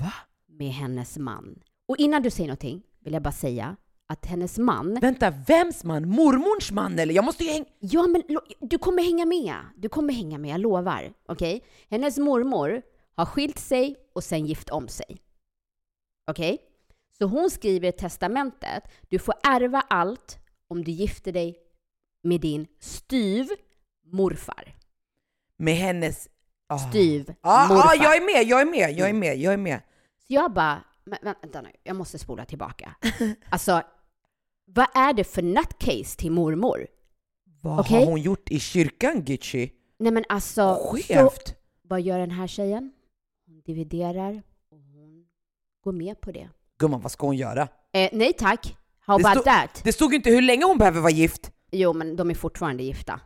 Speaker 2: Va?
Speaker 1: med hennes man. Och innan du säger någonting vill jag bara säga att hennes man,
Speaker 2: Vänta, vems man? Mormorns man eller? Jag måste ju häng...
Speaker 1: ja men lo- du kommer hänga med. Du kommer hänga med, jag lovar. Okej? Hennes mormor har skilt sig och sen gift om sig. Okej? Så hon skriver i testamentet, du får ärva allt om du gifter dig med din styvmorfar.
Speaker 2: Med hennes... Ah.
Speaker 1: Styvmorfar.
Speaker 2: Ja, ah, jag är med, jag är med, jag är
Speaker 1: Mm.
Speaker 2: med, jag är med.
Speaker 1: Så jag bara, men vänta nu, jag måste spola tillbaka. Alltså, vad är det för nutcase till mormor?
Speaker 2: Vad
Speaker 1: Okej.
Speaker 2: har hon gjort i kyrkan, Gucci?
Speaker 1: Nej men alltså, så,
Speaker 2: Skevt!
Speaker 1: vad gör den här tjejen? Hon dividerar och hon går med på det.
Speaker 2: Gumman, vad ska hon göra?
Speaker 1: Eh, nej tack, how
Speaker 2: Det
Speaker 1: about
Speaker 2: stod-
Speaker 1: that?
Speaker 2: Det stod ju inte hur länge hon behöver vara gift.
Speaker 1: Jo men de är fortfarande gifta.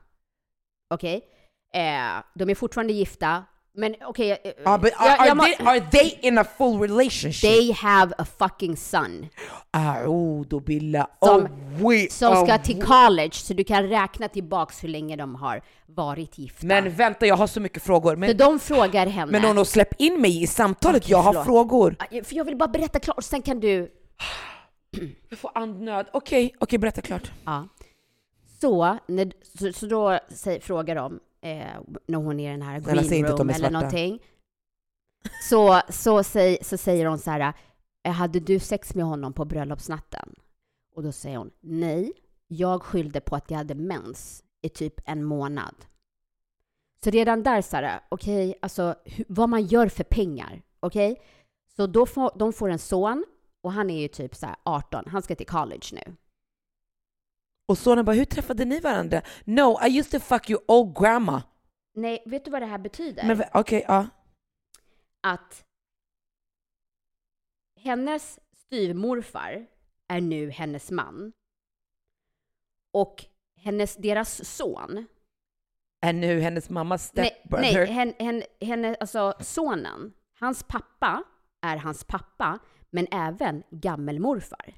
Speaker 1: Okej? Eh, de är fortfarande gifta Men okej, eh,
Speaker 2: Ah, but are,
Speaker 1: jag- jag
Speaker 2: are,
Speaker 1: må-
Speaker 2: they, are they in a full relationship?
Speaker 1: they have a fucking son
Speaker 2: Ah, oh, då Billa.
Speaker 1: Som-
Speaker 2: oh, we,
Speaker 1: som
Speaker 2: oh,
Speaker 1: ska till college, så du kan räkna tillbaks hur länge de har varit gifta.
Speaker 2: Men vänta, jag har så mycket frågor.
Speaker 1: så
Speaker 2: Men,
Speaker 1: de frågar henne.
Speaker 2: men Nono, släpp in mig i samtalet.
Speaker 1: Okej,
Speaker 2: jag har
Speaker 1: förlåt.
Speaker 2: frågor.
Speaker 1: Ah, För jag vill bara berätta klart, och sen kan du...
Speaker 2: Jag får andnöd. Okej, okej, berätta klart.
Speaker 1: Ja. Så, när, så, så då säger, frågar de, eh, när hon är i den här
Speaker 2: Snälla, säg
Speaker 1: green
Speaker 2: inte att
Speaker 1: room
Speaker 2: de är
Speaker 1: eller
Speaker 2: svarta.
Speaker 1: någonting. Så, så, säg, så säger hon så här, eh, hade du sex med honom på bröllopsnatten? Och då säger hon, nej, jag skyllde på att jag hade mens i typ en månad. Så redan där Sara, okej, alltså hu- vad man gör för pengar, okej? Så då får, de får en son och han är ju typ så här 18, han ska till college nu.
Speaker 2: Och sonen bara, hur träffade ni varandra? No, I used to fuck your old grandma.
Speaker 1: Nej, vet du vad det här betyder?
Speaker 2: Men v- okej, ja.
Speaker 1: Att hennes styvmorfar är nu hennes man. Och hennes, deras son,
Speaker 2: Är nu hennes mammas
Speaker 1: nej, nej
Speaker 2: stepbrother.
Speaker 1: hen, hen, henne, alltså sonen, hans pappa är hans pappa, men även gammelmorfar.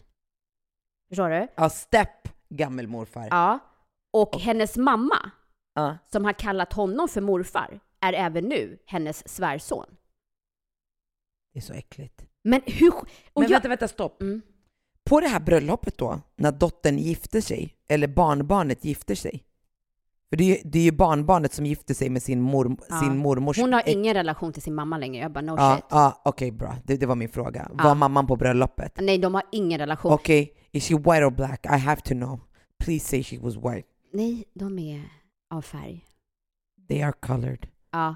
Speaker 1: Förstår du?
Speaker 2: Ja, step gammelmorfar. Ja.
Speaker 1: Ja. Och hennes mamma, som har kallat honom för morfar, är även nu hennes svärson.
Speaker 2: Det är så äckligt.
Speaker 1: Men hur... Och
Speaker 2: Men
Speaker 1: jag,
Speaker 2: vänta, vänta, stopp.
Speaker 1: Mm.
Speaker 2: På det här bröllopet då, när dottern gifter sig, eller barnbarnet gifter sig. För det är, ju- det är ju barnbarnet som gifter sig med sin, mor,
Speaker 1: Ja.
Speaker 2: sin mormors...
Speaker 1: Hon har
Speaker 2: eh,
Speaker 1: ingen relation till sin mamma längre. Jag bara no
Speaker 2: Ja,
Speaker 1: shit.
Speaker 2: ja okej bra. Det, det var min fråga.
Speaker 1: Ja.
Speaker 2: Var mamman på bröllopet?
Speaker 1: Nej, de har ingen relation.
Speaker 2: Okej, is she white or black? I have to know. Please say she was white.
Speaker 1: Nej, de är av färg.
Speaker 2: They are colored.
Speaker 1: Ja.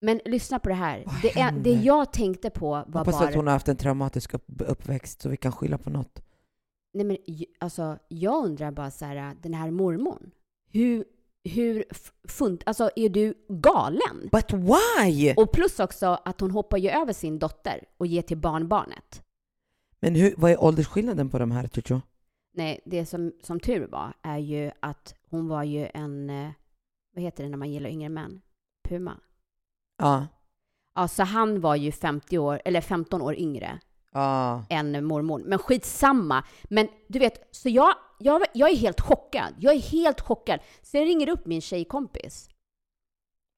Speaker 1: Men lyssna på det här.
Speaker 2: Vad
Speaker 1: Det, är, det
Speaker 2: händer?
Speaker 1: jag tänkte på var
Speaker 2: Hoppas
Speaker 1: bara...
Speaker 2: att hon har haft en traumatisk upp, uppväxt så vi kan skylla på något.
Speaker 1: Nej, men, ju- alltså, jag undrar bara så här, den här mormon. Hur... hur f- fun, alltså, är du galen?
Speaker 2: But why?
Speaker 1: Och plus också att hon hoppar ju över sin dotter och ger till barnbarnet.
Speaker 2: Men hur, vad är åldersskillnaden på de här, Tucho?
Speaker 1: Nej, det som, som tur var är ju att hon var ju en... eh, Vad heter det när man gillar yngre män? Puma.
Speaker 2: Ja.
Speaker 1: Ja, så han var ju 50 år, eller 15 år yngre
Speaker 2: Ja.
Speaker 1: än mormor. Men skitsamma. Men du vet, så jag, jag, jag är helt chockad. Jag är helt chockad. Så jag ringer upp min tjejkompis.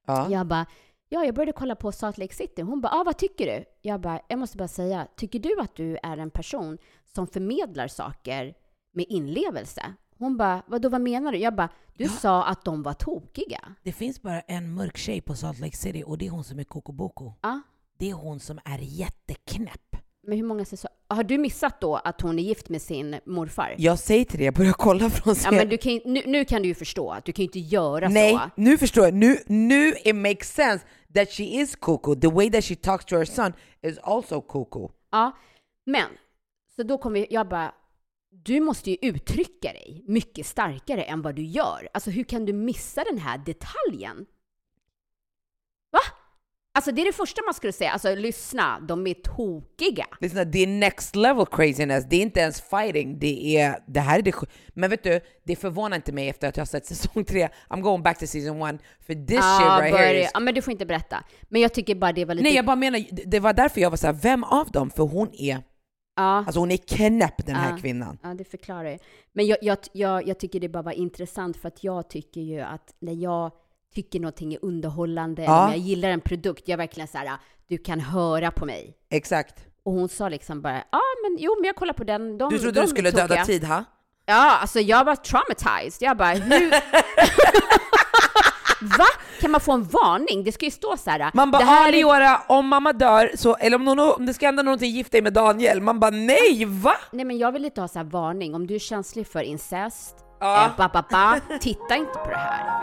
Speaker 2: Ja.
Speaker 1: Jag bara, ja, jag började kolla på Salt Lake City. Hon bara, ah, vad tycker du? Jag bara, jag måste bara säga, tycker du att du är en person som förmedlar saker med inlevelse? Hon bara, vadå, vad menar du? Jag bara, du
Speaker 4: Ja.
Speaker 1: sa att de var tokiga.
Speaker 4: Det finns bara en mörk tjej på Salt Lake City och det är hon som är kokoboko.
Speaker 1: Ja.
Speaker 4: Det är hon som är jätteknäpp.
Speaker 1: Men hur många säsonger? Har du missat då att hon är gift med sin morfar?
Speaker 2: Jag säger till dig, jag börjar kolla från
Speaker 1: Ja, men du kan, ju- nu, nu kan du ju förstå att du kan ju inte göra
Speaker 2: Nej,
Speaker 1: så.
Speaker 2: nu förstår jag. Nu, nu it makes sense that she is cuckoo. The way that she talks to her son is also cuckoo.
Speaker 1: Ja, men så då kommer jag- jag bara, du måste ju uttrycka dig mycket starkare än vad du gör. Alltså hur kan du missa den här detaljen? Va? Alltså det är det första man skulle säga. Alltså lyssna, de är tokiga.
Speaker 2: Lyssna, det är next level craziness. Det är inte ens fighting. Det, är, det här är det sj- Men vet du, det förvånar inte mig efter att jag har sett säsong tre. I'm going back to season one. För this shit right here
Speaker 1: börja-
Speaker 2: is...
Speaker 1: ja, men du får inte berätta. Men jag tycker bara det var Ah, lite...
Speaker 2: Nej jag bara menar, det- det var därför jag var såhär, vem av dem? För hon är,
Speaker 1: ja.
Speaker 2: alltså hon är knäpp den här
Speaker 1: Ja.
Speaker 2: kvinnan.
Speaker 1: Ja, det förklarar ju. Men jag, jag, jag, jag tycker det bara var intressant för att jag tycker ju att när jag tycker någonting är underhållande,
Speaker 2: Ja.
Speaker 1: när jag gillar en produkt, jag verkligen så här, "Ah, du kan höra på mig.
Speaker 2: Exakt.
Speaker 1: Och hon sa liksom bara, ja men jo men jag kollar på den, de
Speaker 2: Du trodde
Speaker 1: de
Speaker 2: du skulle
Speaker 1: är tokiga.
Speaker 2: döda tid ha?
Speaker 1: Ja, alltså jag var traumatized. Jag bara, hur? Va? Kan man få en varning? Det ska ju stå så här.
Speaker 2: Man bara,
Speaker 1: det här
Speaker 2: ah,
Speaker 1: är-
Speaker 2: Leora, om mamma dör, så, eller om, någon, om det ska hända någonting, gift dig med Daniel. Man bara, nej va?
Speaker 1: Nej men jag vill inte ha så här varning. Om du är känslig för incest,
Speaker 2: Ja.
Speaker 1: eh, ba, ba, ba, titta inte på det här.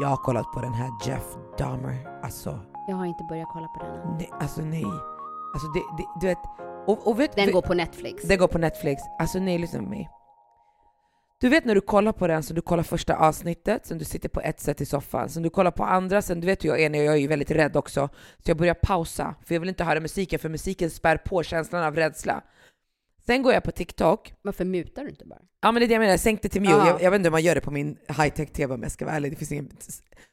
Speaker 2: Jag har kollat på den här Jeff Dahmer. Alltså,
Speaker 1: Jag har inte börjat kolla på den än.
Speaker 2: nej. Alltså, nej. Alltså, det, det, du vet, och, och vet
Speaker 1: Den
Speaker 2: vet-
Speaker 1: går på Netflix.
Speaker 2: Den går på Netflix. Alltså nej, lyssna på mig. Du vet när du kollar på den, så du kollar första avsnittet, sen du sitter på ett sätt i soffan, sen du kollar på andra, sen du vet hur jag är när jag är ju väldigt rädd också, så jag börjar pausa, för jag vill inte höra musiken, för musiken spär på känslan av rädsla. Sen går jag på TikTok,
Speaker 1: Varför mutar du inte bara?
Speaker 2: ja men det är det jag menar, jag sänkte till mute,
Speaker 1: Ja.
Speaker 2: jag, jag vet inte hur man gör det på min high-tech-tv om jag ska vara ärlig, det finns ingen, det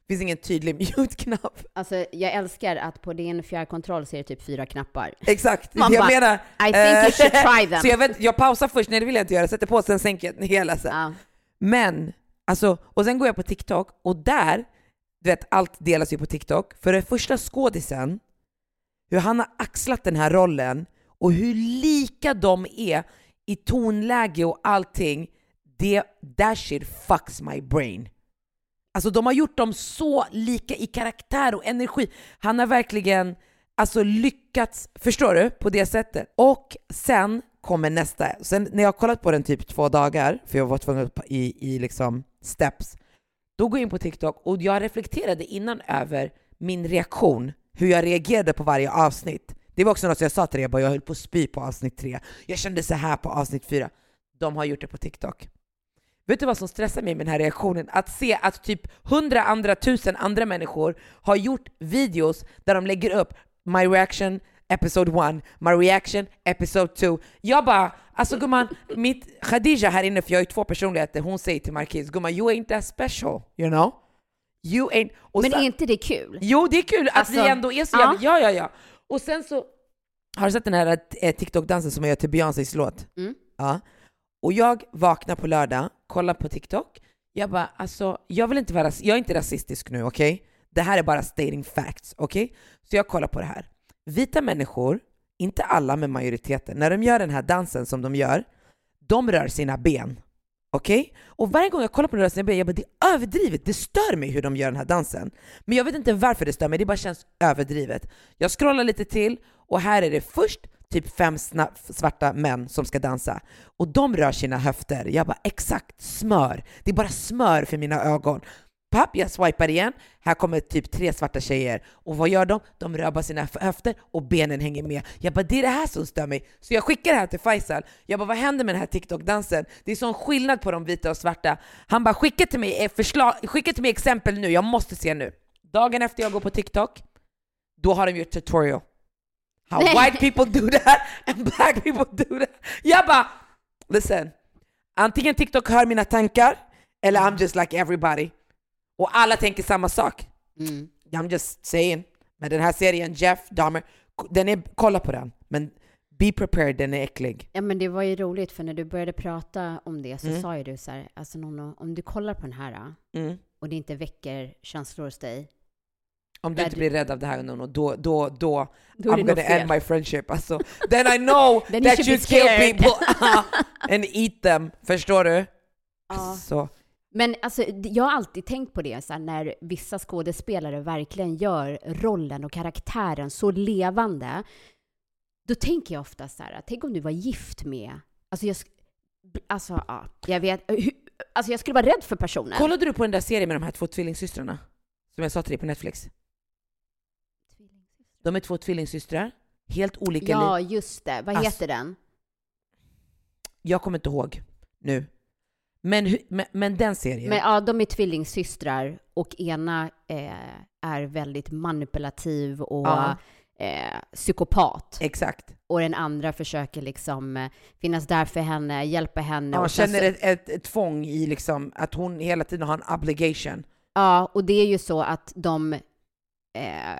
Speaker 2: finns ingen tydlig mute-knapp.
Speaker 1: Alltså, jag älskar att på din fjärrkontroll ser det typ fyra knappar.
Speaker 2: Exakt, det är
Speaker 1: Man
Speaker 2: det jag
Speaker 1: bara,
Speaker 2: menar.
Speaker 1: I think you
Speaker 2: Eh,
Speaker 1: should try them.
Speaker 2: Så jag, vet, jag pausar först, nej det vill jag inte göra, sätter på, sen sänker jag den hela. Så. här.
Speaker 1: Ja.
Speaker 2: Men, alltså, och sen går jag på TikTok och där, du vet allt delas ju på TikTok. För den första skådisen, hur han har axlat den här rollen och hur lika de är i tonläge och allting, det, that shit fucks my brain. Alltså de har gjort dem så lika i karaktär och energi. Han har verkligen alltså, lyckats, förstår du? På det sättet. Och sen kommer nästa. Sen när jag har kollat på den typ två dagar, för jag var tvungen att i, i liksom steps, då går jag in på TikTok och jag reflekterade innan över min reaktion, hur jag reagerade på varje avsnitt. Det var också något som jag sa till dig, jag, bara, jag höll på att spy på avsnitt tre, jag kände så här på avsnitt fyra. De har gjort det på TikTok. Vet du vad som stressar mig med den här reaktionen? Att se att typ hundra andra, tusen andra människor har gjort videos där de lägger upp My reaction episode 1, My reaction episode 2. Jag bara, alltså gumman, mitt Khadija här inne, för jag har ju två personligheter, hon säger till Marquis, gumman you ain't that special, you know? You ain't... och
Speaker 1: Men
Speaker 2: sen-
Speaker 1: är inte det kul?
Speaker 2: Jo, det är kul att vi
Speaker 1: Alltså,
Speaker 2: ändå är så
Speaker 1: ja.
Speaker 2: jävla... Ja, ja, ja. Och sen så... Har du sett den här eh, TikTok-dansen som jag gör till Beyoncés låt?
Speaker 1: Mm.
Speaker 2: Ja. Och jag vaknar på lördag, kollar på TikTok. Jag bara, alltså, jag vill inte vara... ras- Jag är inte rasistisk nu, okej? Det här är bara stating facts, okej? Så jag kollar på det här. Vita människor, inte alla men majoriteten, när de gör den här dansen som de gör, de rör sina ben. Okej? Och varje gång jag kollar på de rör sina ben, jag bara det är överdrivet, det stör mig hur de gör den här dansen. Men jag vet inte varför det stör mig, det bara känns överdrivet. Jag scrollar lite till och här är det först typ fem sna- svarta män som ska dansa. Och de rör sina höfter. Jag bara exakt, smör. Det är bara smör för mina ögon. Papp, jag swipar igen. Här kommer typ tre svarta tjejer. Och vad gör de? De rör bara sina höfter och benen hänger med. Jag bara, det är det här som stör mig. Så jag skickar det här till Faisal. Jag bara, vad händer med den här TikTok-dansen? Det är sån skillnad på de vita och svarta. Han bara, skicka till mig, eh, förslag, skicka till mig exempel nu, jag måste se nu. Dagen efter jag går på TikTok, då har de gjort tutorial. How
Speaker 1: Nej.
Speaker 2: white people do that and black people do that. Jag bara, listen. Antingen TikTok hör mina tankar, eller I'm just like everybody. Och alla tänker samma sak.
Speaker 1: Mm.
Speaker 2: I'm just saying. Men den här serien, Jeff Dahmer, k- den är, kolla på den. Men be prepared, den är äcklig.
Speaker 1: Ja men det var ju roligt för när du började prata om det så sa ju du så här, alltså Nono, om du kollar på den här ah, och det inte väcker känslor hos dig,
Speaker 2: Om du
Speaker 1: Där
Speaker 2: inte
Speaker 1: du-
Speaker 2: blir rädd av det här Nono, då, då, då,
Speaker 1: Då är det nog
Speaker 2: I'm gonna
Speaker 1: fel.
Speaker 2: end my friendship. Alltså, then I know
Speaker 1: Then you
Speaker 2: that
Speaker 1: should
Speaker 2: you
Speaker 1: be
Speaker 2: kill
Speaker 1: scared.
Speaker 2: people and eat them. Förstår du?
Speaker 1: Ja.
Speaker 2: Så,
Speaker 1: Men alltså, d- jag har alltid tänkt på det, så här, när vissa skådespelare verkligen gör rollen och karaktären så levande. Då tänker jag ofta så här, tänk om du var gift med... Alltså, jag, sk- b- alltså, ja, jag vet... Hur, alltså, jag skulle vara rädd för personen.
Speaker 2: kollade du på den där serien med de här två tvillingsystrarna? Som jag sa till dig på Netflix. De är två tvillingsystrar, helt olika liv.
Speaker 1: ja, just det. Vad
Speaker 2: Alltså-
Speaker 1: heter den?
Speaker 2: Jag kommer inte ihåg nu. Men, hu- men, men den serien.
Speaker 1: Men ja, de är tvillingsystrar och ena eh, är väldigt manipulativ och
Speaker 2: Ja.
Speaker 1: eh, psykopat.
Speaker 2: Exakt.
Speaker 1: Och den andra försöker liksom eh, finnas där för henne, hjälpa henne.
Speaker 2: Ja,
Speaker 1: och sen
Speaker 2: känner
Speaker 1: så-
Speaker 2: ett, ett, ett tvång i liksom att hon hela tiden har en obligation.
Speaker 1: Ja, och det är ju så att de eh,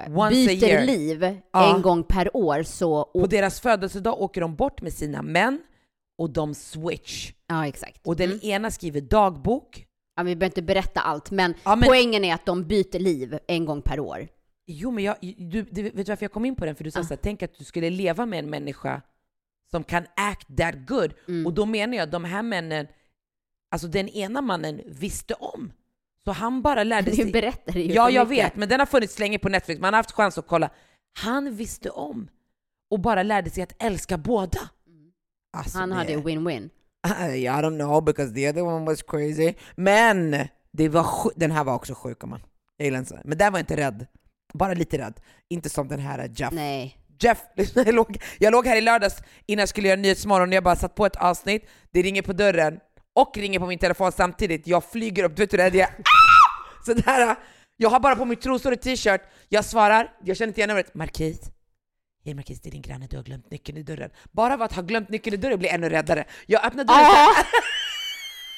Speaker 2: Once a
Speaker 1: byter
Speaker 2: year.
Speaker 1: liv
Speaker 2: Ja.
Speaker 1: en gång per år. Så,
Speaker 2: På
Speaker 1: och,
Speaker 2: deras födelsedag åker de bort med sina män och de switch.
Speaker 1: ja, exakt.
Speaker 2: Och den
Speaker 1: Mm.
Speaker 2: ena skriver dagbok.
Speaker 1: ja, vi behöver inte berätta allt, men,
Speaker 2: Ja, men-
Speaker 1: poängen är att de byter liv en gång per år.
Speaker 2: Jo men jag, du, du, vet du varför jag kom in på den? För du sa
Speaker 1: Ah.
Speaker 2: såhär, tänk att du skulle leva med en människa som kan act that good.
Speaker 1: Mm.
Speaker 2: Och då menar jag de här männen, alltså den ena mannen visste om. Så han bara lärde
Speaker 1: Du
Speaker 2: sig.
Speaker 1: berättar det ju
Speaker 2: Ja,
Speaker 1: för
Speaker 2: jag
Speaker 1: mycket.
Speaker 2: vet, men den har funnits länge på Netflix. Man har haft chans att kolla. Han visste om och bara lärde sig att älska båda. Alltså,
Speaker 1: Mm. Han
Speaker 2: det-
Speaker 1: hade ju win-win.
Speaker 2: I I don't know because the other one was crazy. Men det var sju- den här var också sjuk om man. Jag gillar inte sån. Men den var inte rädd. Bara lite rädd. Inte som den här Jeff.
Speaker 1: Nej.
Speaker 2: Jeff, lyssna, jag låg, jag låg här i lördags innan jag skulle göra Nyhetsmorgon och jag bara satt på ett avsnitt. Det ringer på dörren och ringer på min telefon samtidigt. Jag flyger upp, du vet hur rädd jag är. Ah! Så där, jag har bara på mig trosor och t-shirt. Jag svarar, jag känner inte igen numret. Markis. Hej Markis, det är din granne, du har glömt nyckeln i dörren. Bara av att ha glömt nyckeln i dörren blir jag ännu räddare. Jag öppnar dörren så här.
Speaker 1: Ah!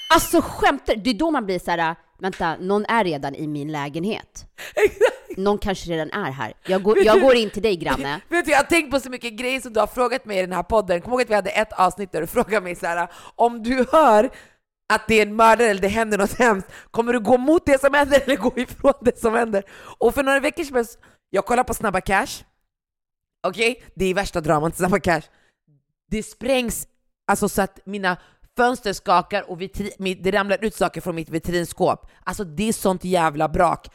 Speaker 1: Alltså skämtar Det är då man blir så här, vänta, någon är redan i min lägenhet. Någon kanske redan är här. Jag går, jag går in till dig granne.
Speaker 2: Vet du, jag har tänkt på så mycket grejer som du har frågat mig i den här podden. Kom ihåg att vi hade ett avsnitt där du frågade mig så här: om du hör att det är en mördare eller det händer något hemskt, kommer du gå mot det som händer eller gå ifrån det som händer? Och för några veckor sedan, jag kollar på Snabba Cash, okej? Det är värsta dramat, Snabba Cash. Det sprängs, alltså så att mina fönster skakar och vitri- mitt- det ramlar ut saker från mitt vitrinskåp. Alltså det är sånt jävla brak.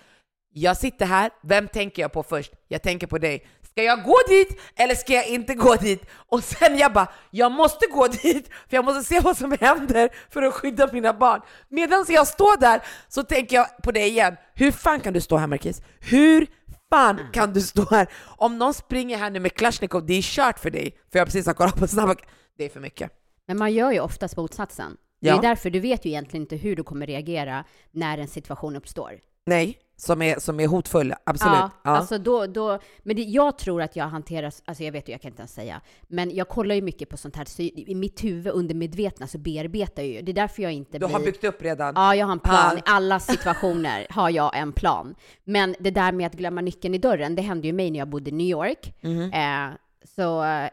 Speaker 2: Jag sitter här, vem tänker jag på först? Jag tänker på dig. Ska jag gå dit eller ska jag inte gå dit? Och sen jag bara, jag måste gå dit för jag måste se vad som händer för att skydda mina barn. Medan jag står där så tänker jag på dig igen. Hur fan kan du stå här Marquis? Hur fan kan du stå här? Om någon springer här nu med Kalashnikov, det är kört för dig. För jag precis har kollat på snabba... Det är för mycket.
Speaker 1: Men man gör ju oftast motsatsen. Det
Speaker 2: Ja.
Speaker 1: är därför du vet ju egentligen inte hur du kommer reagera när en situation uppstår.
Speaker 2: Nej, som är, som är hotfull. Absolut.
Speaker 1: Ja,
Speaker 2: Ja,
Speaker 1: Alltså då, då, men det, jag tror att jag hanterar, alltså jag vet ju, jag kan inte ens säga, men jag kollar ju mycket på sånt här, så i mitt huvud undermedvetna så bearbetar jag ju. Det är därför jag inte
Speaker 2: du har
Speaker 1: blir...
Speaker 2: byggt upp redan.
Speaker 1: Ja, jag har en plan.
Speaker 2: Ja.
Speaker 1: I alla situationer har jag en plan. Men det där med att glömma nyckeln i dörren, det hände ju mig när jag bodde i New York.
Speaker 2: Mhm. Mm.
Speaker 1: Eh, så eh,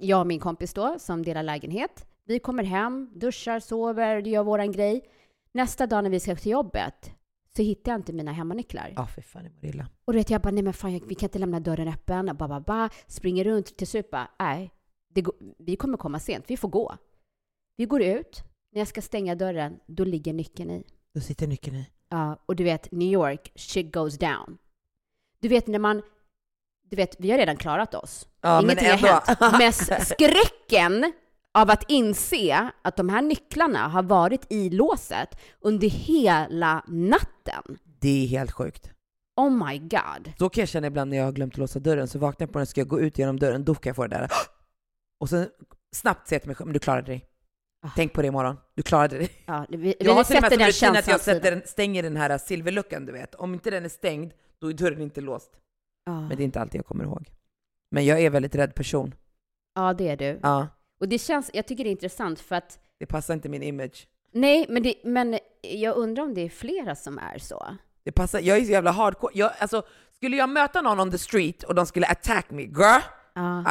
Speaker 1: jag och min kompis då, som delar lägenhet, vi kommer hem, duschar, sover, gör våran grej. Nästa dag när vi ska till jobbet så hittar jag inte mina hemmanycklar.
Speaker 2: Ja, fy fan det mår illa.
Speaker 1: Och du vet, jag bara, nej men fan, jag, vi kan inte lämna dörren öppen. Ba, ba, ba, springer runt till supa. Nej, det, går- vi kommer komma sent. Vi får gå. Vi går ut. När jag ska stänga dörren, då ligger nyckeln i.
Speaker 4: Då sitter nyckeln i.
Speaker 1: Ja, och du vet, New York, shit goes down. Du vet när man, du vet, vi har redan klarat oss.
Speaker 2: Ja, men
Speaker 1: Ingenting
Speaker 2: ändå.
Speaker 1: har hänt. Men skräcken av att inse att de här nycklarna har varit i låset under hela natten.
Speaker 2: Det är helt sjukt.
Speaker 1: Oh my god.
Speaker 2: Så kan jag känna ibland när jag har glömt att låsa dörren, så vaknar jag på den ska jag gå ut genom dörren, då kan jag få det där. Och sen snabbt säga till mig själv, men du klarade dig.
Speaker 1: Ah.
Speaker 2: Tänk på det imorgon, du klarade dig.
Speaker 1: Ja, vi,
Speaker 2: Jag har
Speaker 1: vi
Speaker 2: till och med
Speaker 1: sätter
Speaker 2: som
Speaker 1: den
Speaker 2: rutin
Speaker 1: känslan.
Speaker 2: att jag sätter
Speaker 1: sidan.
Speaker 2: den, stänger den här silverluckan, du vet. Om inte den är stängd, då är dörren inte låst.
Speaker 1: Ah.
Speaker 2: Men det är inte alltid jag kommer ihåg. Men jag är en väldigt rädd
Speaker 1: Mm.
Speaker 2: person.
Speaker 1: Ja, det är du.
Speaker 2: Ja,
Speaker 1: Och det känns, jag tycker det är intressant för att,
Speaker 2: det passar inte min image.
Speaker 1: nej, men, det, men jag undrar om det är flera som är så.
Speaker 2: Det passar, jag är så jävla hardcore. Jag, alltså, skulle jag möta någon on the street och de skulle attack me, girl,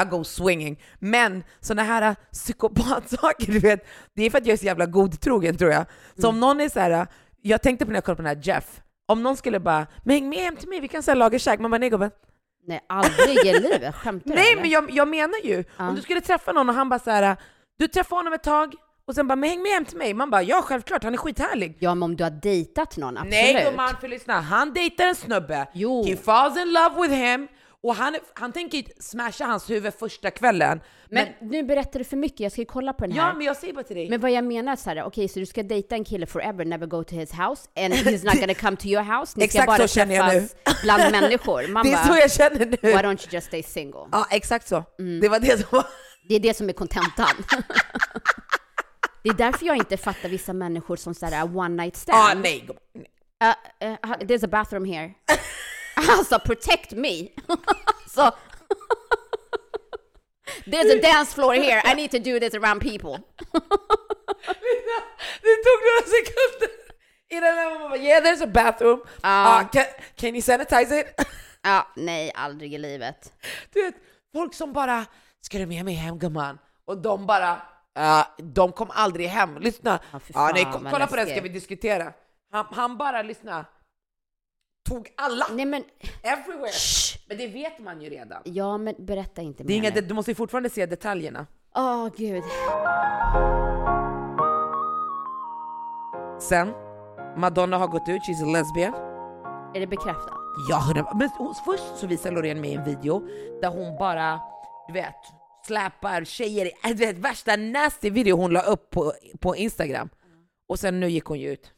Speaker 2: I go swinging. Men sådana här äh, psykopatsaker, du vet, det är för att jag är så jävla godtrogen tror jag. Så om
Speaker 1: Mm.
Speaker 2: någon är så här, äh, jag tänkte på när jag kollade på den här Jeff, om någon skulle bara “men häng med hem till mig, vi kan så här laga käk”, man bara “nej gubben”.
Speaker 1: Nej, aldrig i livet. Skämtar du
Speaker 2: Nej
Speaker 1: eller?
Speaker 2: men jag, jag menar ju, om du skulle träffa någon och han bara så här, äh, du träffar honom ett tag och sen bara “men häng med hem till mig”, man bara “ja självklart, han är skithärlig”.
Speaker 1: Ja, men om du har dejtat någon, absolut.
Speaker 2: Nej gumman, för lyssna. Han dejtar en snubbe,
Speaker 1: Jo.
Speaker 2: he falls in love with him, och han, han tänker ju smasha hans huvud första kvällen. Men,
Speaker 1: Men nu berättar du för mycket, jag ska ju kolla på den här.
Speaker 2: ja, men jag säger bara till dig.
Speaker 1: Men vad jag menar är så här, okej, så du ska dejta en kille forever, never go to his house, and he's not gonna come to your house. Ni ska
Speaker 2: Exakt
Speaker 1: bara
Speaker 2: så känner jag nu.
Speaker 1: träffas bland människor. Man
Speaker 2: det är
Speaker 1: bara,
Speaker 2: så jag känner nu.
Speaker 1: why don't you just stay single? Mm.
Speaker 2: Ja, exakt så. Det var det som var...
Speaker 1: Det är det som är kontentan. Det är därför jag inte fattar vissa människor som såhär one night stand.
Speaker 2: Ah, nej, gumman. nej.
Speaker 1: Uh, uh, there's a bathroom here. alltså, protect me! alltså, there's a dance floor here, I need to do this around people.
Speaker 2: Lina, det tog några sekunder innan jag bara yeah there's a bathroom, Ah, can, can you sanitize it?
Speaker 1: Ja, nej, aldrig i livet.
Speaker 2: Du vet, folk som bara “ska du med mig hem gumman?” och de bara "Ja, “de kom aldrig hem, lyssna,
Speaker 1: Ja, fy
Speaker 2: ja,
Speaker 1: fan,
Speaker 2: nej, ko-
Speaker 1: vad
Speaker 2: kolla på den
Speaker 1: läskigt."
Speaker 2: ska vi diskutera”. Han, han bara lyssna, tog alla,
Speaker 1: Nej men,
Speaker 2: everywhere.
Speaker 1: Shh.
Speaker 2: Men det vet man ju redan.
Speaker 1: ja men berätta inte
Speaker 2: Det är
Speaker 1: mer
Speaker 2: inga,
Speaker 1: nu.
Speaker 2: det- du måste ju fortfarande se detaljerna.
Speaker 1: Åh gud.
Speaker 2: Sen, Madonna har gått ut, she's a lesbian.
Speaker 1: Är det bekräftat?
Speaker 2: Ja, hundra- men hon, först så visar Loreen med en video där hon bara, du vet, släpar tjejer i, äh, du vet, värsta nasty video hon la upp på, på Instagram. Och sen nu gick hon ju ut.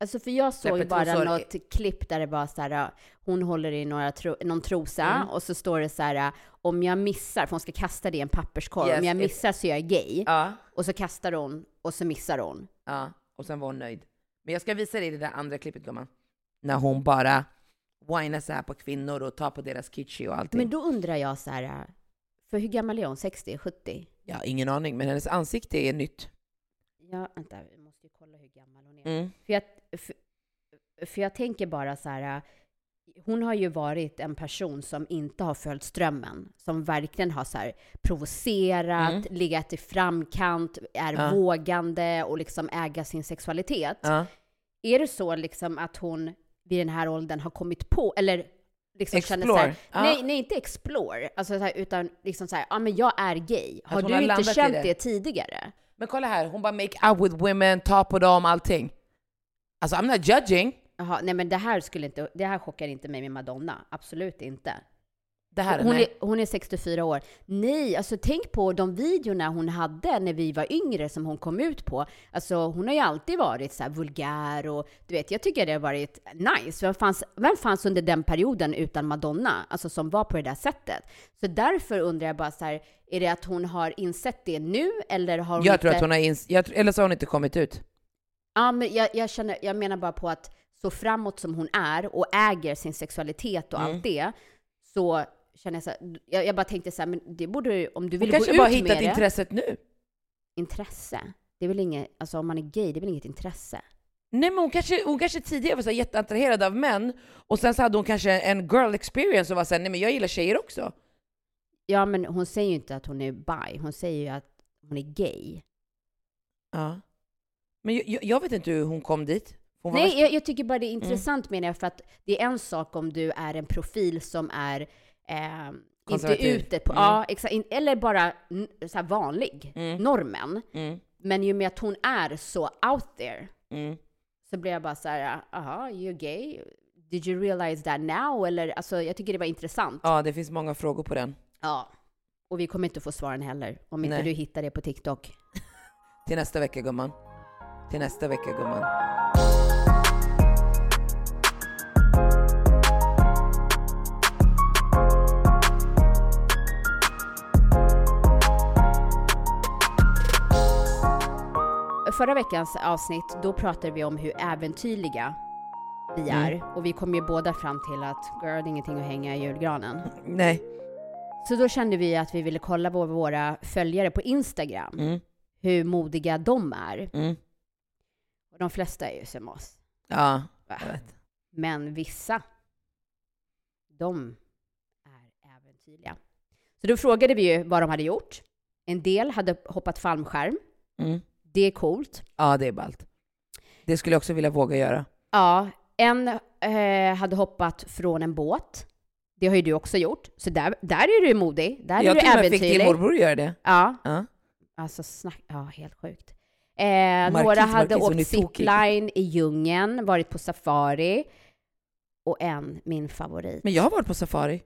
Speaker 1: Alltså för jag såg ju
Speaker 2: Släpper
Speaker 1: bara
Speaker 2: trosor.
Speaker 1: något klipp där det bara så här, ja, hon håller i några tro, någon trosa
Speaker 2: Mm.
Speaker 1: och så står det så här, ja, om jag missar, för hon ska kasta det i en papperskorg,
Speaker 2: Yes,
Speaker 1: om jag
Speaker 2: it-
Speaker 1: missar så är jag gay.
Speaker 2: Ja.
Speaker 1: Och så kastar hon, och så missar hon.
Speaker 2: ja. Och sen var hon nöjd. Men jag ska visa dig det där andra klippet gumman. När hon bara whinar så här på kvinnor och tar på deras kitschy och allting.
Speaker 1: Men då undrar jag så här, ja, för hur gammal är hon? 60? 70?
Speaker 2: Ja, ingen aning, men hennes ansikte är nytt.
Speaker 1: Ja, vänta, vi måste ju kolla hur gammal hon är.
Speaker 2: Mm.
Speaker 1: För, jag, för, för jag tänker bara så här, äh, hon har ju varit en person som inte har följt strömmen, som verkligen har så här provocerat,
Speaker 2: Mm.
Speaker 1: legat i framkant, är
Speaker 2: Ja.
Speaker 1: vågande och liksom äga sin sexualitet.
Speaker 2: Ja.
Speaker 1: Är det så liksom att hon vid den här åldern har kommit på, eller liksom känner så här,
Speaker 2: Explore. Ja.
Speaker 1: nej, nej inte explore, alltså så här, utan liksom så här, ja men jag är gay. Har
Speaker 2: hon har
Speaker 1: du inte
Speaker 2: landat i
Speaker 1: känt
Speaker 2: det.
Speaker 1: det tidigare?
Speaker 2: Men kolla här, hon bara make out with women, ta på dem, allting. Alltså I'm not judging.
Speaker 1: Jaha, nej men det här skulle inte, det här chockar inte mig med Madonna. Absolut inte.
Speaker 2: Det här,
Speaker 1: Hon
Speaker 2: nej.
Speaker 1: är, hon är 64 år. Nej, alltså tänk på de videorna hon hade när vi var yngre som hon kom ut på. Alltså hon har ju alltid varit så här vulgär och du vet, jag tycker det har varit nice. Vem fanns, vem fanns under den perioden utan Madonna? Alltså som var på det där sättet. Så därför undrar jag bara så här, är det att hon har insett det nu eller har hon
Speaker 2: Jag
Speaker 1: inte...
Speaker 2: tror att hon har ins- jag tr- eller så har hon inte kommit ut.
Speaker 1: Ja, men jag, jag, känner, jag menar bara på att så framåt som hon är och äger sin sexualitet
Speaker 2: Mm.
Speaker 1: och allt det, så känner jag så här, jag, jag bara tänkte så här, men det borde du, om du
Speaker 2: Hon
Speaker 1: vill gå
Speaker 2: kanske
Speaker 1: ut
Speaker 2: bara har
Speaker 1: med
Speaker 2: hittat
Speaker 1: det,
Speaker 2: intresset nu.
Speaker 1: intresse. Det är väl inget, alltså om man är gay, det är väl inget intresse?
Speaker 2: Nej men hon kanske, hon kanske tidigare var så här jätteattraherad av män och sen så hade hon kanske en girl experience och var såhär nej men jag gillar tjejer också.
Speaker 1: Ja, men hon säger ju inte att hon är bi, hon säger ju att hon är gay.
Speaker 2: Ja. Men jag- jag, jag vet inte hur hon kom dit. Hon var Mm.
Speaker 1: Nej,
Speaker 2: värst-
Speaker 1: jag, jag tycker bara det är intressant menar jag, för att det är en sak om du är en profil som är eh, inte
Speaker 2: Konservativ.
Speaker 1: ute på,
Speaker 2: Mm.
Speaker 1: ja, exakt, in- eller bara n- så här vanlig,
Speaker 2: Mm.
Speaker 1: normen.
Speaker 2: mm,
Speaker 1: Men ju med att hon är så out there
Speaker 2: mm.
Speaker 1: så blev jag bara så här, aha, you're gay? Did you realize that now? Eller alltså, jag tycker det var intressant. Ja.
Speaker 2: Ja det finns många frågor på den.
Speaker 1: Och vi kommer inte få svaren heller, om inte
Speaker 2: Nej.
Speaker 1: du hittar det på TikTok.
Speaker 2: Till nästa vecka gumman. Till nästa vecka gumman.
Speaker 1: Förra veckans avsnitt, då pratade vi om hur äventyrliga vi är. Och vi kom ju båda fram till att, girl, det är ingenting att hänga i julgranen.
Speaker 2: Nej.
Speaker 1: Så då kände vi att vi ville kolla på våra följare på Instagram,
Speaker 2: Mm,
Speaker 1: hur modiga de är.
Speaker 2: mm.
Speaker 1: Och de flesta är ju som oss.
Speaker 2: Ja.
Speaker 1: Va?
Speaker 2: Jag vet.
Speaker 1: Men vissa, de är äventyrliga. Så då frågade vi ju vad de hade gjort. En del hade hoppat fallskärm.
Speaker 2: Mm.
Speaker 1: Det är coolt.
Speaker 2: Ja det är ballt. Det skulle jag också vilja våga göra.
Speaker 1: Ja, en eh, hade hoppat från en båt. Det har ju du också gjort. Så där, där är du ju modig. Där
Speaker 2: jag
Speaker 1: är du
Speaker 2: till och med fick
Speaker 1: äventyrlig.
Speaker 2: din morbror göra det.
Speaker 1: Ja,
Speaker 2: Ja.
Speaker 1: alltså snack... Ja, helt sjukt. Eh, några
Speaker 2: Markis,
Speaker 1: hade
Speaker 2: Markis, hon är
Speaker 1: åkt
Speaker 2: tokig.
Speaker 1: zipline i djungeln, varit på safari. Och en, min favorit.
Speaker 2: Men jag har varit på safari.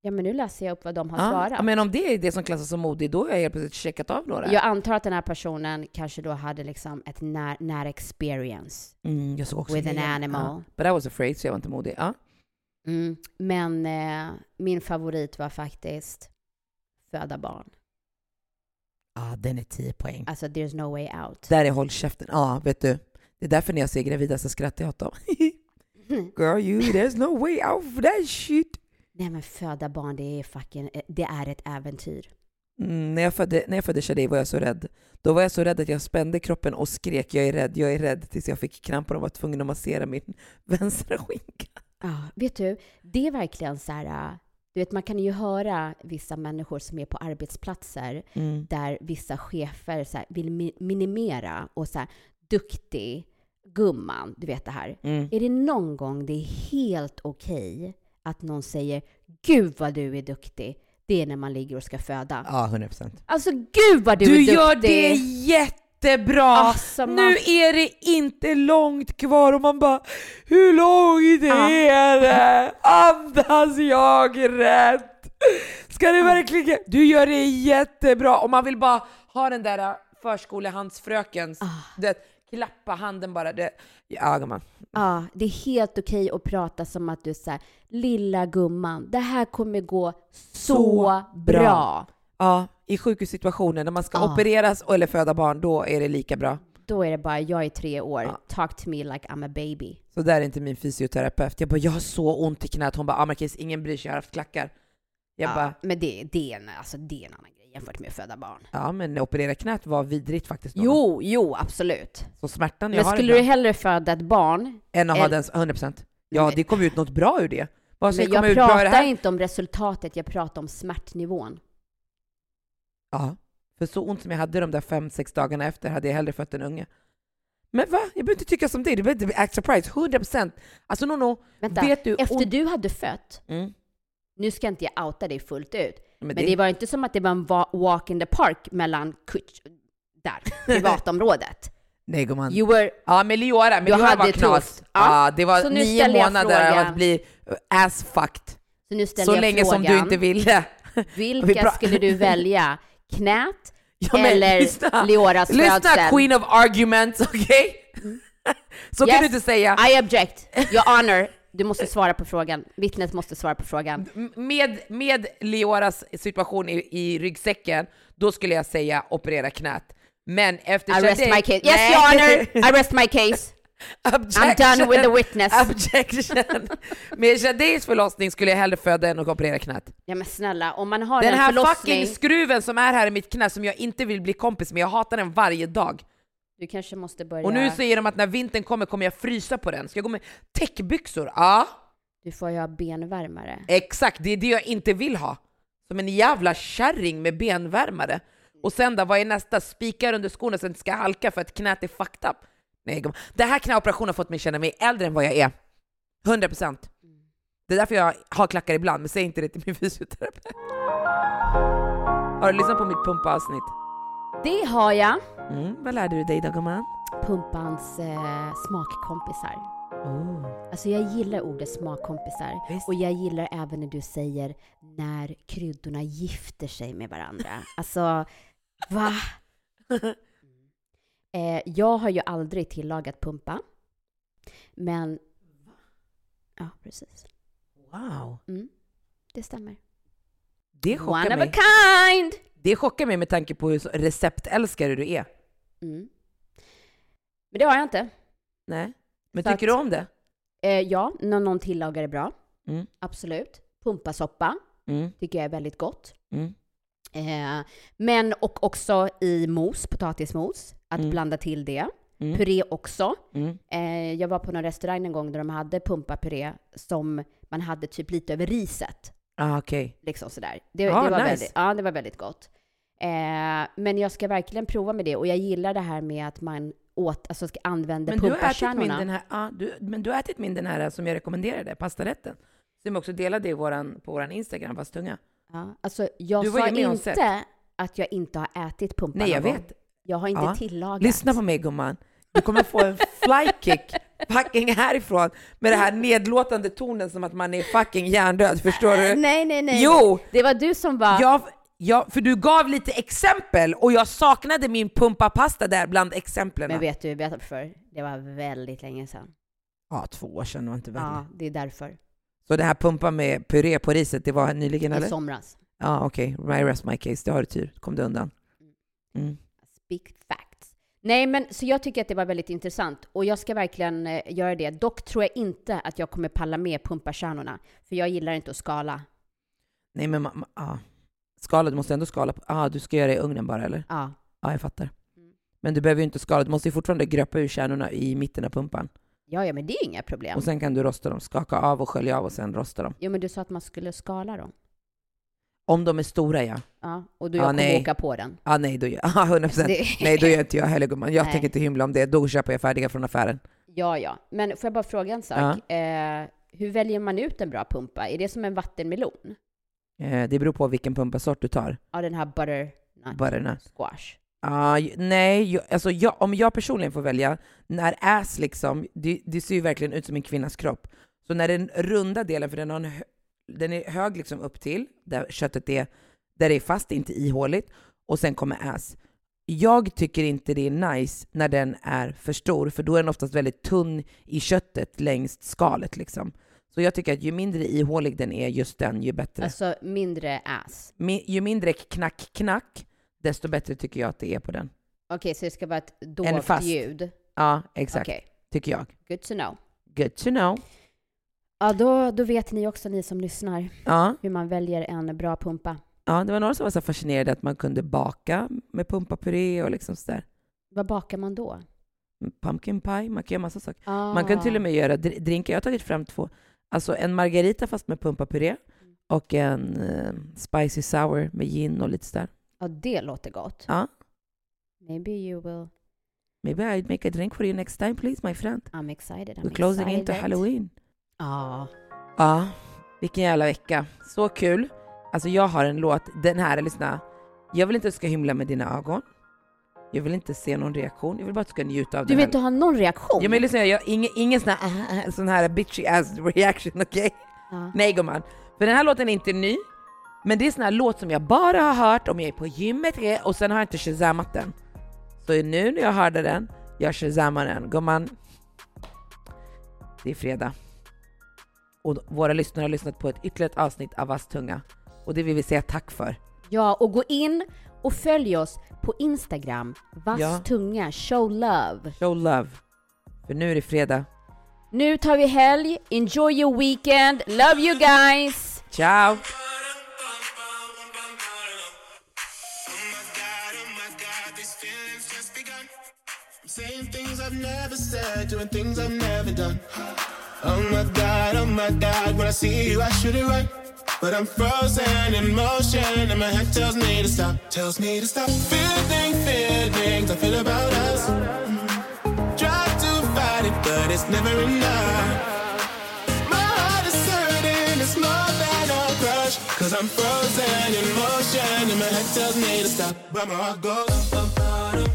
Speaker 1: Ja, men nu läser jag upp vad de har
Speaker 2: Ja,
Speaker 1: svarat.
Speaker 2: ja, men om det är det som klassas som modig, då har jag helt plötsligt checkat av några.
Speaker 1: Jag antar att den här personen kanske då hade liksom ett nära när experience
Speaker 2: Mm, jag såg också
Speaker 1: with an
Speaker 2: det.
Speaker 1: animal.
Speaker 2: Ja. But I was afraid, så jag var inte modig. Ja.
Speaker 1: Mm. Men eh, min favorit var faktiskt föda barn.
Speaker 4: Ja, den är 10 poäng.
Speaker 1: Alltså, there's no way out.
Speaker 2: Där är håll käften. Ja, vet du. Det är därför när jag ser gravida så skrattar jag åt dem. Girl you, there's no way out for that shit.
Speaker 1: Nej men föda barn, det är fucking, eh, det är ett äventyr.
Speaker 2: Mm, när, jag födde, när jag födde Shadi var jag så rädd. Då var jag så rädd att jag spände kroppen och skrek jag är rädd, jag är rädd tills jag fick kramp och de var tvungna att massera min vänstra skinka.
Speaker 1: Ja, vet du, det är verkligen så här, äh, du vet man kan ju höra vissa människor som är på arbetsplatser där vissa chefer så här, vill mi- minimera och så här, duktig, gumman, du vet det här. Är det någon gång det är helt okej att någon säger “Gud vad du är duktig”, det är när man ligger och ska föda.
Speaker 2: Ja, 100 procent.
Speaker 1: Alltså gud vad du,
Speaker 2: Du
Speaker 1: är duktig!
Speaker 2: gör det jättebra!
Speaker 1: Alltså, man-
Speaker 2: Nu är det inte långt kvar och man bara Hur långt är det? Andas jag rätt? Ska det verkligen... Du gör det jättebra! Och man vill bara ha den där äh, förskolehandsfrökens... Det, klappa handen bara. Det, ja, gumman.
Speaker 1: Ja, det är helt okej att prata som att du är så här, “Lilla gumman, det här kommer gå så,
Speaker 2: Så
Speaker 1: bra.
Speaker 2: bra." Ja, i sjukhussituationer när man ska opereras eller föda barn, då är det lika bra.
Speaker 1: Då är det bara, jag är tre år, talk to me like I'm a baby.
Speaker 2: Så där är inte min fysioterapeut. Jag bara, jag har så ont i knät. Hon bara, ah, Marcus, ingen bryr sig, jag har haft klackar. Jag
Speaker 1: Ja,
Speaker 2: bara,
Speaker 1: men det, det, är en, alltså, det är en annan grej jämfört med att föda barn.
Speaker 2: ja men operera knät var vidrigt faktiskt. mamma.
Speaker 1: Jo, jo, absolut.
Speaker 2: Så smärtan jag
Speaker 1: Men
Speaker 2: har
Speaker 1: skulle du
Speaker 2: ibland,
Speaker 1: hellre föda ett barn?
Speaker 2: än att ha
Speaker 1: el-
Speaker 2: den, 100%. Ja,
Speaker 1: Men-
Speaker 2: det kom ut något bra ur det. Vad ska
Speaker 1: Men
Speaker 2: komma
Speaker 1: jag
Speaker 2: ut bra ur det
Speaker 1: pratar
Speaker 2: här?
Speaker 1: inte om resultatet, jag pratar om smärtnivån.
Speaker 2: Ja, för så ont som jag hade de där fem, sex dagarna efter hade jag hellre fött en unge. Men va? Jag behöver inte tycka som dig, du behöver inte act surprised. 100%. Alltså Nono,
Speaker 1: Vänta,
Speaker 2: vet du...
Speaker 1: efter
Speaker 2: ont-
Speaker 1: du hade fött,
Speaker 2: Mm.
Speaker 1: nu ska inte jag outa dig fullt ut, men,
Speaker 2: det-
Speaker 1: det... var inte som att det var en va- walk in the park mellan kutsch, där, privatområdet.
Speaker 2: Nej gumman.
Speaker 1: You were...
Speaker 2: Ja, men Leora, men
Speaker 1: Du
Speaker 2: Leora
Speaker 1: hade
Speaker 2: var
Speaker 1: det
Speaker 2: knas.
Speaker 1: tufft.
Speaker 2: Ja.
Speaker 1: Ja.
Speaker 2: det var
Speaker 1: Så nu
Speaker 2: nio
Speaker 1: ställer jag
Speaker 2: månader av
Speaker 1: frågan.
Speaker 2: att bli ass fucked.
Speaker 1: Så nu ställer
Speaker 2: Så
Speaker 1: jag
Speaker 2: länge
Speaker 1: frågan,
Speaker 2: som du inte ville.
Speaker 1: vilka
Speaker 2: Vi pra-
Speaker 1: skulle du välja? Knät
Speaker 2: Ja, men
Speaker 1: eller
Speaker 2: lyssna.
Speaker 1: Leoras
Speaker 2: Lyssna
Speaker 1: födsel?
Speaker 2: queen of arguments, okej? Så kan
Speaker 1: Yes,
Speaker 2: du inte säga.
Speaker 1: I object, your honor. Du måste svara på frågan. Vittnet måste svara på frågan.
Speaker 2: M- Med, med Leoras situation i, i ryggsäcken, då skulle jag säga operera knät. Men efter
Speaker 1: I rest
Speaker 2: Shadi-
Speaker 1: my case.
Speaker 2: Nej.
Speaker 1: Yes, your honor. I rest my case.
Speaker 2: Objection.
Speaker 1: done with the witness.
Speaker 2: Objection. Med Shadis förlossning skulle jag hellre föda än att operera knät.
Speaker 1: Ja men snälla, om man har
Speaker 2: Den
Speaker 1: en
Speaker 2: här
Speaker 1: förlossning...
Speaker 2: fucking skruven som är här i mitt knä som jag inte vill bli kompis med, jag hatar den varje dag.
Speaker 1: Du kanske måste börja...
Speaker 2: Och nu säger de att när vintern kommer kommer jag frysa på den. Ska jag gå med täckbyxor? Ja,
Speaker 1: Du får ju ha benvärmare.
Speaker 2: exakt. Det är det jag inte vill ha. Som en jävla kärring med benvärmare. Och sen då, vad är nästa? Spikar under skorna så att det inte ska halka för att knät är fucked up. Nej, gumman. Det här knäoperationen har fått mig känna mig äldre än vad jag är. 100 procent. Det är därför jag har klackar ibland, men säg inte det till min fysioterapeut. Har du lyssnat på mitt pumpavsnitt?
Speaker 1: Det har jag.
Speaker 2: Mm, vad lärde du dig då gumman?
Speaker 1: Pumpans eh, smakkompisar. Alltså jag gillar ordet smakkompisar.
Speaker 2: Oh, Visst.
Speaker 1: Och jag gillar även när du säger när kryddorna gifter sig med varandra. Alltså, va? Eh, jag har ju aldrig tillagat pumpa. Men... Ja, precis.
Speaker 2: Wow.
Speaker 1: Mm, det stämmer.
Speaker 2: Det
Speaker 1: One
Speaker 2: chockar
Speaker 1: of a
Speaker 2: mig.
Speaker 1: kind!
Speaker 2: Det chockar mig med tanke på hur så- receptälskare du är.
Speaker 1: Mm. Men det har jag inte.
Speaker 2: Nej. Men
Speaker 1: Så
Speaker 2: tycker
Speaker 1: att-
Speaker 2: du om det?
Speaker 1: Eh, ja, när någon tillagar det bra.
Speaker 2: Mm.
Speaker 1: Absolut. Pumpasoppa
Speaker 2: Mm.
Speaker 1: tycker jag är väldigt gott.
Speaker 2: Mm.
Speaker 1: Eh, men och också i mos, potatismos, att
Speaker 2: Mm.
Speaker 1: blanda till det.
Speaker 2: Mm.
Speaker 1: Puré också.
Speaker 2: Mm.
Speaker 1: Eh, jag var på någon restaurang en gång där de hade pumpapuré som man hade typ lite över riset.
Speaker 2: Ah, okej.
Speaker 1: Liksom sådär. Det,
Speaker 2: Ah,
Speaker 1: det, var
Speaker 2: nice.
Speaker 1: väldigt, ja, det var väldigt gott. Eh, men jag ska verkligen prova med det och jag gillar det här med att man åt, alltså ska använda
Speaker 2: Men, du har ätit min
Speaker 1: pumpakärnorna.
Speaker 2: den här, ah, du, men du har ätit min den här eh, som jag rekommenderade, pastarätten. Som jag också delade i våran, på vår Instagram, fast tunga.
Speaker 1: Ja, alltså jag
Speaker 2: Du var
Speaker 1: sa
Speaker 2: ju med om
Speaker 1: inte att jag inte har ätit pumpa
Speaker 2: Nej, jag
Speaker 1: någon gång.
Speaker 2: vet.
Speaker 1: Jag har inte
Speaker 2: Ja.
Speaker 1: tillagat.
Speaker 2: Lyssna på mig gumman. Du kommer få en flykick fucking härifrån med den här nedlåtande tonen som att man är fucking hjärndöd, förstår du?
Speaker 1: Nej, nej, nej.
Speaker 2: Jo!
Speaker 1: Det var du som var...
Speaker 2: Jag, jag, för du gav lite exempel och jag saknade min pumpapasta där bland exemplen.
Speaker 1: Men vet du, vet du för Det var väldigt länge sedan.
Speaker 2: Ja, två år sedan var inte väl.
Speaker 1: Ja, det är därför.
Speaker 2: Så det här pumpa med puré på riset, det var nyligen
Speaker 1: I
Speaker 2: eller?
Speaker 1: somras.
Speaker 2: Ja, okej. My rest my case, det har du tur. Kom du undan. Mm.
Speaker 1: Speak facts. Nej, men så jag tycker att det var väldigt intressant och jag ska verkligen eh, göra det. Dock tror jag inte att jag kommer palla med pumpakärnorna, för jag gillar inte att skala.
Speaker 2: Nej men mamma, ah. skala, du måste ändå skala. på- Ah, du ska göra det i ugnen bara eller?
Speaker 1: Ja.
Speaker 2: Ja, jag fattar.
Speaker 1: Mm.
Speaker 2: Men du behöver ju inte skala, du måste ju fortfarande gröpa ur kärnorna i mitten av pumpan.
Speaker 1: Ja, ja, men det är inga problem.
Speaker 2: Och sen kan du rosta dem, skaka av och skölja av och sen rosta dem.
Speaker 1: Jo, men du sa att man skulle skala dem.
Speaker 2: Om de är stora ja.
Speaker 1: Ja, och då
Speaker 2: Ja,
Speaker 1: jag kommer
Speaker 2: nej.
Speaker 1: åka på den.
Speaker 2: Ah, nej, då gör, ah, 100%.
Speaker 1: Det-
Speaker 2: nej, då gör inte jag heller gumman. Jag
Speaker 1: Nej.
Speaker 2: tänker inte hymla om det. Då köper jag färdiga från affären.
Speaker 1: Ja, ja. Men får jag bara fråga en sak? Eh, hur väljer man ut en bra pumpa? Är det som en vattenmelon?
Speaker 2: Eh, det beror på vilken pumpasort du tar.
Speaker 1: Ja, den här butternut
Speaker 2: Butternut.
Speaker 1: squash.
Speaker 2: Ah, ju- nej, ju- alltså jag, om jag personligen får välja, när ass liksom, det, det ser ju verkligen ut som en kvinnas kropp. Så när den runda delen, för den, har en, hö- den är hög liksom upp till där köttet är, där det är fast, inte ihåligt, och sen kommer ass. Jag tycker inte det är nice när den är för stor, för då är den oftast väldigt tunn i köttet längst skalet liksom. Så jag tycker att ju mindre ihålig den är, just den, ju bättre.
Speaker 1: Alltså mindre ass.
Speaker 2: Mi- ju mindre knack-knack, desto bättre tycker jag att det är på den.
Speaker 1: Okej, så det ska vara ett
Speaker 2: En
Speaker 1: dovt
Speaker 2: fast.
Speaker 1: ljud?
Speaker 2: Ja, exakt.
Speaker 1: Okej,
Speaker 2: Tycker jag.
Speaker 1: good to know.
Speaker 2: Good to know.
Speaker 1: Ja, då, då vet ni också, ni som lyssnar,
Speaker 2: Ja,
Speaker 1: hur man väljer en bra pumpa.
Speaker 2: ja, det var några som var så här fascinerade att man kunde baka med pumpapuré och liksom sådär.
Speaker 1: Vad bakar man då?
Speaker 2: Pumpkin pie, man kan göra massa saker.
Speaker 1: Ah,
Speaker 2: Man kan till och med göra dr- drinkar. Jag har tagit fram två. Alltså en margarita fast med pumpapuré och en eh, spicy sour med gin och lite sådär.
Speaker 1: Ah, Ja, det låter gott.
Speaker 2: Ja.
Speaker 1: Maybe you will...
Speaker 2: Maybe I'd make a drink for you next time please my friend.
Speaker 1: I'm excited. I'm
Speaker 2: We're closing
Speaker 1: excited.
Speaker 2: into halloween.
Speaker 1: Ja.
Speaker 2: Ja, vilken jävla vecka. Så kul. Alltså jag har en låt, den här, lyssna. Jag vill inte att du ska hymla med dina ögon. Jag vill inte se någon reaktion. Jag vill bara att du ska njuta av
Speaker 1: Du
Speaker 2: den
Speaker 1: vill
Speaker 2: här.
Speaker 1: inte ha någon reaktion?
Speaker 2: Ja men lyssna, jag, ingen, ingen sån här, äh, äh, sån här bitchy ass reaction, okej?
Speaker 1: Ja.
Speaker 2: Nej gumman. För den här låten är inte ny. Men det är sån här låt som jag bara har hört om jag är på gymmet re- och sen har jag inte shazamat den. Så nu när jag hörde den, jag shazamar den. Gumman, det är fredag. Och våra lyssnare har lyssnat på ett ytterligare ett avsnitt av Vass tunga. Och det vill vi säga tack för.
Speaker 1: Ja, och gå in och följ oss på Instagram, vass
Speaker 2: Ja.
Speaker 1: tunga, show love.
Speaker 2: Show love. För nu är det fredag.
Speaker 1: Nu tar vi helg, enjoy your weekend, love you guys!
Speaker 2: Ciao!
Speaker 3: Saying things I've never said, doing things I've never done. Oh my god, oh my god, when I see you, I should it right. But I'm frozen in motion, and my head tells me to stop. Tells me to stop feeling feelings I feel about us. Try to fight it, but it's never enough. My heart is hurting, it's more than a crush. Cause I'm frozen in motion, and my head tells me to stop. But my heart goes.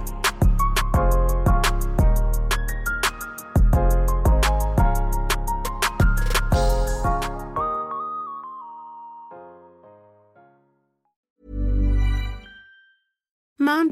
Speaker 5: Mom